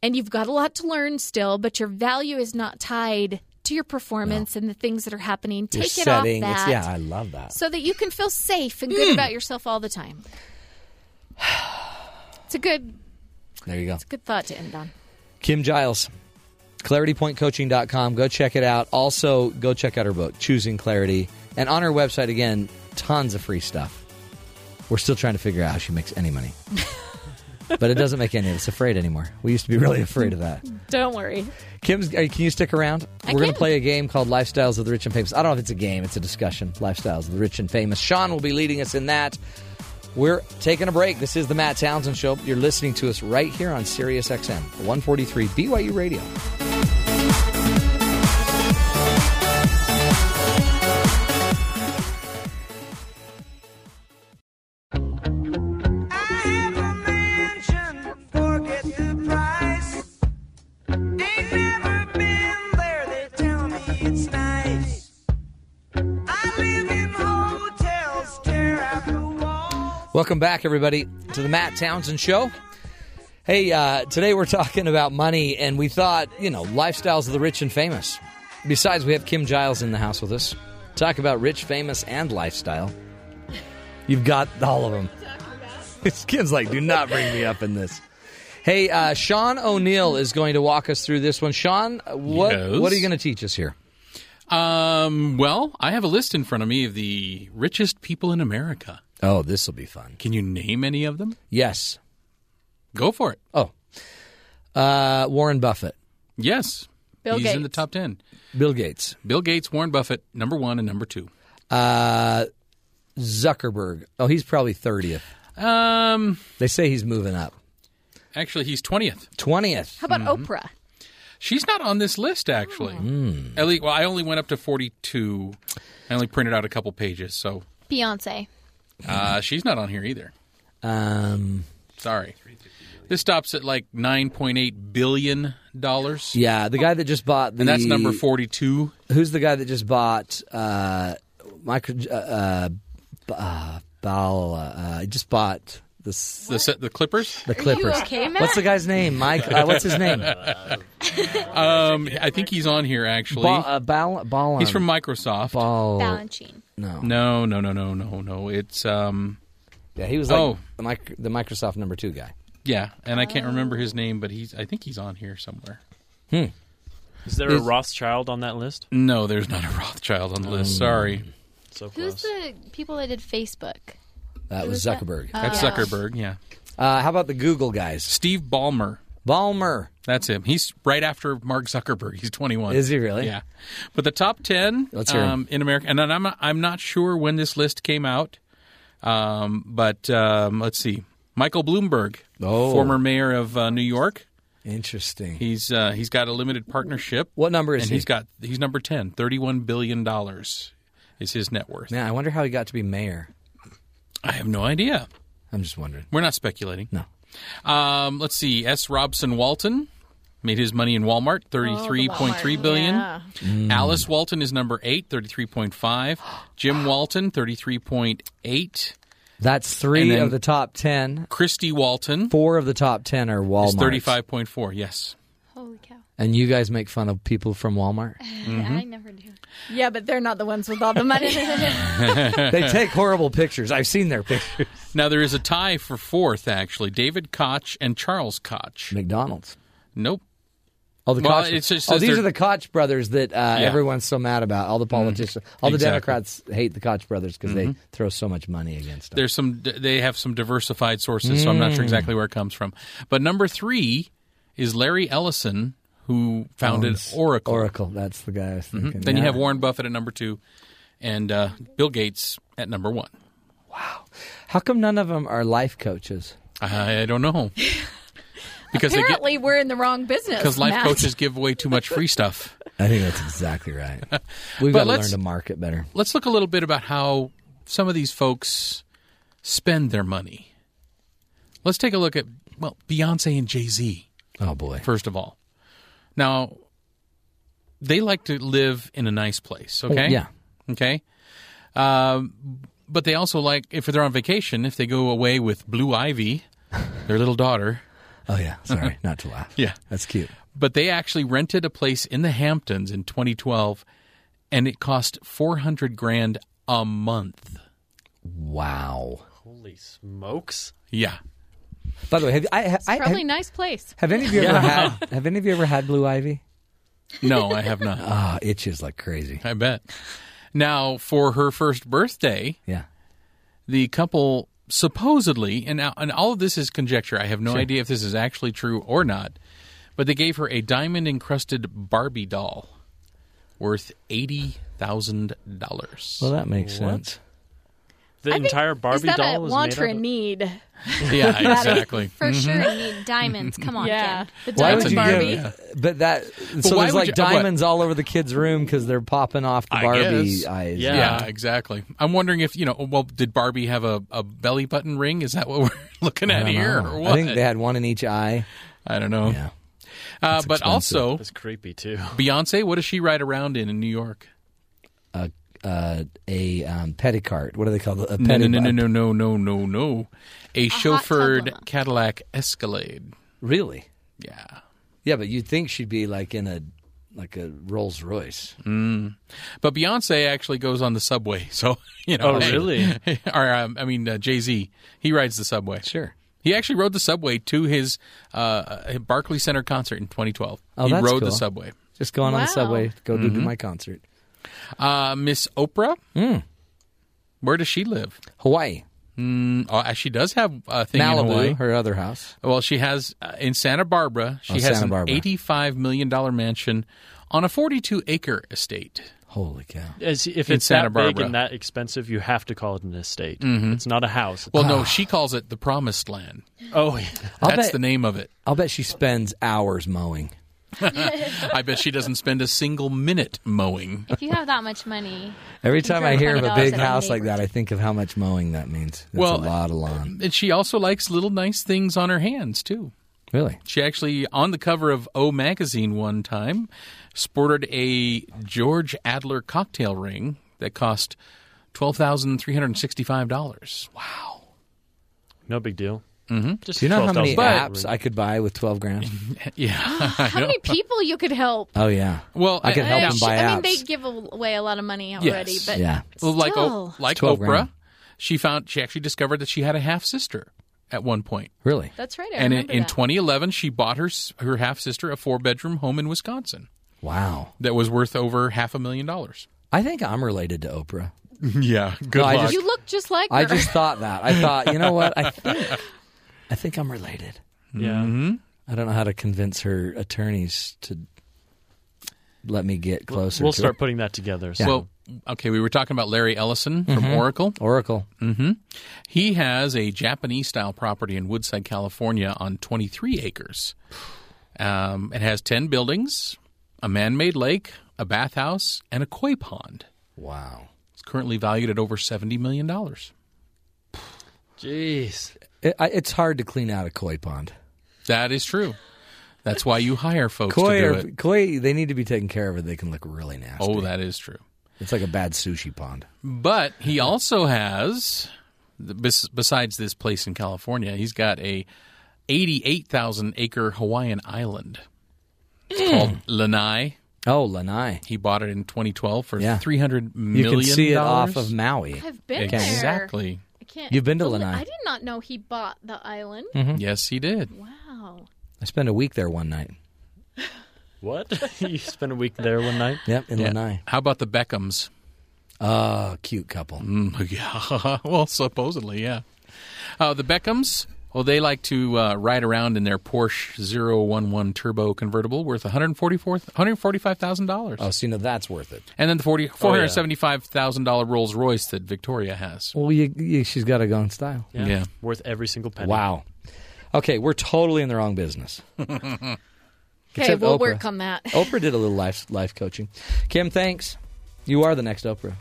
H: and you've got a lot to learn still, but your value is not tied to your performance and the things that are happening.
A: Your
H: Take it
A: setting.
H: off that
A: It's, yeah, Mm. I love that.
H: so that you can feel safe and good about yourself all the time. It's a good
A: There you go.
H: Good thought to end on.
A: Kim Giles, claritypointcoaching.com. Go check it out. Also, go check out her book, Choosing Clarity. And on her website, again, tons of free stuff. We're still trying to figure out how she makes any money. but it doesn't make any of us afraid anymore. We used to be really afraid of that.
H: Don't worry.
A: Kim's, are, can you stick around?
H: I
A: We're going
H: can.
A: to play a game called Lifestyles of the Rich and Famous. I don't know if it's a game, it's a discussion. Lifestyles of the Rich and Famous. Sean will be leading us in that. We're taking a break. This is the Matt Townsend Show. You're listening to us right here on Sirius XM, 143 BYU Radio. Welcome back, everybody, to the Matt Townsend Show. Hey, uh, today we're talking about money, and we thought, you know, lifestyles of the rich and famous. Besides, we have Kim Giles in the house with us. Talk about rich, famous, and lifestyle. You've got all of them. Kim's like, do not bring me up in this. Hey, uh, Sean O'Neill is going to walk us through this one. Sean, uh, what
I: Yes.
A: what are you going to teach us here?
I: Um, well, I have a list in front of me of the richest people in America.
A: Oh, this will be fun.
I: Can you name any of them?
A: Yes.
I: Go for it.
A: Oh, uh, Warren Buffett,
I: Yes.
H: Bill
I: He's in the
H: Gates.
I: top 10.
A: Bill Gates,
I: Bill Gates, Warren Buffett, number one and number two.
A: Uh, Zuckerberg. Oh, he's probably 30th.
I: Um,
A: They say he's moving up.
I: actually, he's 20th.
A: 20th.
H: How about Oprah?
I: She's not on this list, actually. At least, well, I only went up to 42. I only printed out a couple pages, so
H: Beyonce.
I: uh, she's not on here either.
A: Um,
I: Sorry. This stops at like $9.8 billion. Yeah.
A: yeah, the guy that just bought the.
I: And that's number 42.
A: Who's the guy that just bought uh, micro uh, uh, b- uh, Bal? Uh, just bought this
I: The, set, the Clippers?
A: the Clippers.
H: okay,
A: what's the guy's name? Mike. Uh, what's his name?
I: Um, I think he's on here actually.
A: Bal. Uh, Bal, Bal
I: he's from Microsoft.
A: Bal.
G: Balanchine.
I: No, no, no, no, no, no. It's um,
A: Yeah, he was like
I: Oh.
A: the, mic- the Microsoft number two guy.
I: yeah, and I can't remember his name, but he's. I think he's on here somewhere.
C: Is there a Rothschild on that list?
I: No, there's not a Rothschild on the list. Sorry,
C: So
G: Who's the people that did Facebook?
A: That was Zuckerberg. Uh,
I: that's Zuckerberg. Yeah,
A: how about the Google guys?
I: Steve Ballmer.
A: Ballmer.
I: That's him. He's right after Mark Zuckerberg. He's 21.
A: Is he really?
I: Yeah. But the top 10
A: Let's hear 'em.
I: um, in America, and I'm not, I'm not sure when this list came out, um, but um, let's see. Michael Bloomberg,
A: Oh.
I: former mayor of uh, New York.
A: Interesting.
I: He's uh, he's got a limited partnership.
A: What number is
I: and
A: he?
I: he's got he's number 10, 31 billion dollars is his net worth.
A: Man, I wonder how he got to be mayor.
I: I have no idea.
A: I'm just wondering.
I: We're not speculating.
A: No.
I: Um, let's see. S. Robson Walton, made his money in Walmart, thirty-three point three billion.
H: Yeah.
I: Alice Walton is number eight, 33.5. Jim Walton, 33.8.
A: That's three
I: And then-
A: of the top ten.
I: Christy Walton
A: Four of the top ten are Walmart.
I: is 35.4. Yes.
E: Holy cow.
A: And you guys make fun of people from Walmart. Mm-hmm.
E: I never do.
H: Yeah, but they're not the ones with all the money.
A: they take horrible pictures. I've seen their pictures.
I: Now, there is a tie for fourth, actually. David Koch and Charles Koch.
A: McDonald's.
I: Nope.
A: Oh, the
I: Well,
A: Koch.
I: it's just-
A: oh, these
I: they're- Mm-hmm.
A: are the Koch brothers that uh, everyone's so mad about. All the politicians, all the
I: Exactly. Mm-hmm.
A: Democrats hate the Koch brothers because they throw so much money against them.
I: There's some. They have some diversified sources, so I'm not sure exactly where it comes from. But number three is Larry Ellison, who founded Oracle. Mm-hmm.
A: Oracle. That's the guy. I was thinking.
I: Mm, Then you
A: Yeah.
I: have Warren Buffett at number two, and uh, Bill Gates at number one.
A: How come none of them are life coaches?
I: I, I don't know because they get
H: Apparently, we're in the wrong business.
I: because life
H: Matt.
I: coaches give away too much free stuff.
A: I think that's exactly right. We've
I: But
A: got to learn
I: let's-
A: to market better.
I: Let's look a little bit about how some of these folks spend their money. Let's take a look at well, Beyonce and Jay Z.
A: Oh boy.
I: First of all, now they like to live in a nice place. Okay.
A: yeah.
I: Okay. Um, but they also like if they're on vacation, if they go away with Blue Ivy, their little daughter.
A: Oh yeah. Sorry, not to laugh.
I: Yeah.
A: that's cute.
I: but they actually rented a place in the Hamptons in 2012, and it cost 400 grand a month.
A: Wow.
J: Holy smokes.
I: Yeah,
A: By the way, have you- I, I, I
H: Probably
A: have,
H: nice place.
A: have any of you ever had have any of you ever had Blue Ivy?
I: no, I have not.
A: Ah, itches like crazy.
I: I bet. Now, for her first birthday,
A: Yeah.
I: the couple supposedly, and now, and all of this is conjecture. I have no idea if this is actually true or not, but they gave her a diamond encrusted Barbie doll worth eighty thousand dollars.
A: Well, that makes sense.
C: The
H: I think-
C: entire Barbie
H: is that
C: doll
H: a
C: is
H: want
C: made
H: or
C: out
H: a
C: of-
H: need?
I: Yeah, exactly.
G: For sure, you need diamonds. Come on,
H: Yeah,
G: Ken.
H: the
A: Why
H: diamond
A: would you
H: Barbie.
A: give? But that so
I: why
A: there's like
I: would you- what?
A: diamonds all over the kids' room because they're popping off the
I: I
A: Barbie
I: guess.
A: eyes.
C: Yeah.
I: Yeah, exactly. I'm wondering if you know. Well, did Barbie have a, a belly button ring? Is that what we're looking
A: I
I: at
A: don't
I: here,
A: know.
I: or
A: I
I: what?
A: think they had one in each eye.
I: I don't know.
A: Yeah.
I: uh, but also,
C: That's creepy too.
I: Beyonce. What does she ride around in in New York?
A: A uh, a um, petticart. What do they call it? A
I: No, no,
A: petty
I: no, no, no, no, no, no, no. A
G: hot tub
I: chauffeured
G: woman.
I: Cadillac Escalade.
A: Really?
I: Yeah,
A: Yeah, but you'd think she'd be like in a like a Rolls Royce.
I: but Beyonce actually goes on the subway. So you know.
C: Oh, really?
I: or um, I mean, uh, Jay Z. He rides the subway.
A: Sure.
I: He actually rode the subway to his uh, Barclay Center concert in 2012.
A: Oh,
I: he
A: that's cool.
I: rode the subway.
A: Just going on the
H: Wow.
A: subway, go to do my concert.
I: Uh, Miss Oprah.
A: Hmm.
I: Where does she live?
A: Hawaii,
I: Mm, oh, she does have a thing in Hawaii.
A: Malibu, her other house.
I: Well, she has uh, in Santa Barbara. She
A: Oh,
I: has
A: Santa
I: an
A: Barbara.
I: eighty-five million dollar mansion on a forty-two acre estate.
A: Holy cow!
C: As if
I: In
C: it's that
I: Santa
C: big
I: Barbara.
C: and that expensive, you have to call it an estate. It's not a house.
I: Well, no, she calls it the Promised Land.
C: oh, yeah.
A: I'll
I: That's
A: bet-
I: the name of it.
A: I'll bet she spends hours mowing.
I: I bet she doesn't spend a single minute mowing.
G: If you have that much money,
A: Every time I hear of a
G: $20
A: big
G: at
A: house
G: my
A: like that, I think of how much mowing that means. That's
I: Well,
A: a lot of lawn.
I: And she also likes little nice things on her hands too.
A: Really?
I: She actually, on the cover of O magazine one time, sported a George Adler cocktail ring that cost twelve thousand three hundred sixty-five dollars.
C: no big deal. Mm-hmm. Just
A: Do you know how many
C: $12,000
A: apps I could buy with twelve grand?
I: Yeah.
H: How many people you could help?
A: Oh yeah.
I: Well,
A: I could help
I: now-
A: them buy
H: I mean,
A: apps.
H: they give away a lot of money already,
I: Yes.
H: but
A: yeah.
I: Well, like
H: Still.
I: o- like
A: It's 12
I: Oprah,
A: grand.
I: she found she actually discovered that she had a half sister at one point.
A: Really?
H: that's right. I
I: and in,
H: remember
I: in
H: that.
I: 2011, she bought her s- her half sister a four bedroom home in Wisconsin
A: Wow.
I: that was worth over half a million dollars.
A: I think I'm related to Oprah.
I: Yeah, good
A: I
I: luck.
A: just-
H: you look just like
A: I
H: her.
A: just thought that. I thought, you know what? I think, I think I'm related.
C: Yeah.
A: I don't know how to convince her attorneys to let me get closer.
C: We'll
A: to
C: start putting that together. So.
I: Well, okay, we were talking about Larry Ellison from Oracle.
A: her. Oracle.
I: He has a Japanese style property in Woodside, California on 23 acres. Um, it has 10 buildings, a man made lake, a bathhouse, and a koi pond.
A: Wow.
I: It's currently valued at over $70 million.
C: jeez.
A: It, I, it's hard to clean out a koi pond.
I: That is true. That's why you hire folks
A: Koi,
I: to
A: are,
I: do it.
A: koi, they need to be taken care of, or they can look really nasty.
I: Oh, that is true.
A: It's like a bad sushi pond.
I: But he also has, the- bes- besides this place in California, he's got a 88,000 acre Hawaiian island.
H: Mm.
I: It's called Lanai.
A: Oh, Lanai.
I: He bought it in 2012 for
A: Yeah.
I: 300
A: You
I: million
A: can see it
I: dollars.
A: off of Maui.
H: I've been there.
I: Exactly.
H: I can't.
A: You've been to
H: believe-
A: Lanai.
H: I did not know he bought the island.
A: Mm-hmm.
I: Yes, he did.
H: Wow.
A: I spent a week there one night.
C: What? you spent a week there one night?
A: Yep, in
I: Yeah.
A: Lanai.
I: How about the Beckhams?
A: Oh, cute couple.
I: Mm, yeah. Well, supposedly, yeah. Uh, the Beckhams, well, they like to uh, ride around in their Porsche 011 turbo convertible worth 144 $145,000.
A: Oh, so you know that's worth it.
I: And then the 40, $475,000 Rolls Royce that Victoria has.
A: Well, you, you, she's got to go in style.
I: Yeah.
C: Worth every single penny.
A: Wow. Okay, we're totally in the wrong business.
H: Okay,
A: Except
H: we'll
A: Oprah.
H: work on that.
A: Oprah did a little life life coaching. Kim, thanks. You are the next Oprah.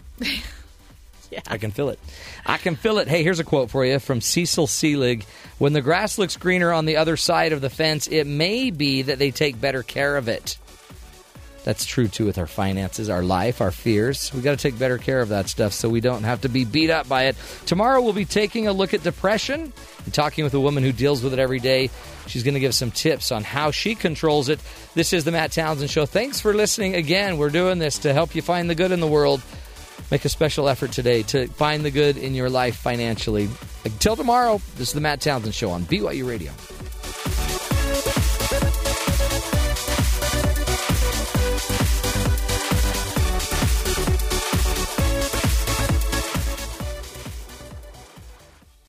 A: yeah. I can feel it. I can feel it. Hey, here's a quote for you from Cecil Seelig. When the grass looks greener on the other side of the fence, it may be that they take better care of it. That's true too with our finances, our life, our fears. We got to take better care of that stuff so we don't have to be beat up by it. Tomorrow we'll be taking a look at depression and talking with a woman who deals with it every day. She's going to give some tips on how she controls it. This is the Matt Townsend show. Thanks for listening again. We're doing this to help you find the good in the world. Make a special effort today to find the good in your life financially. Until tomorrow, this is the Matt Townsend show on BYU Radio.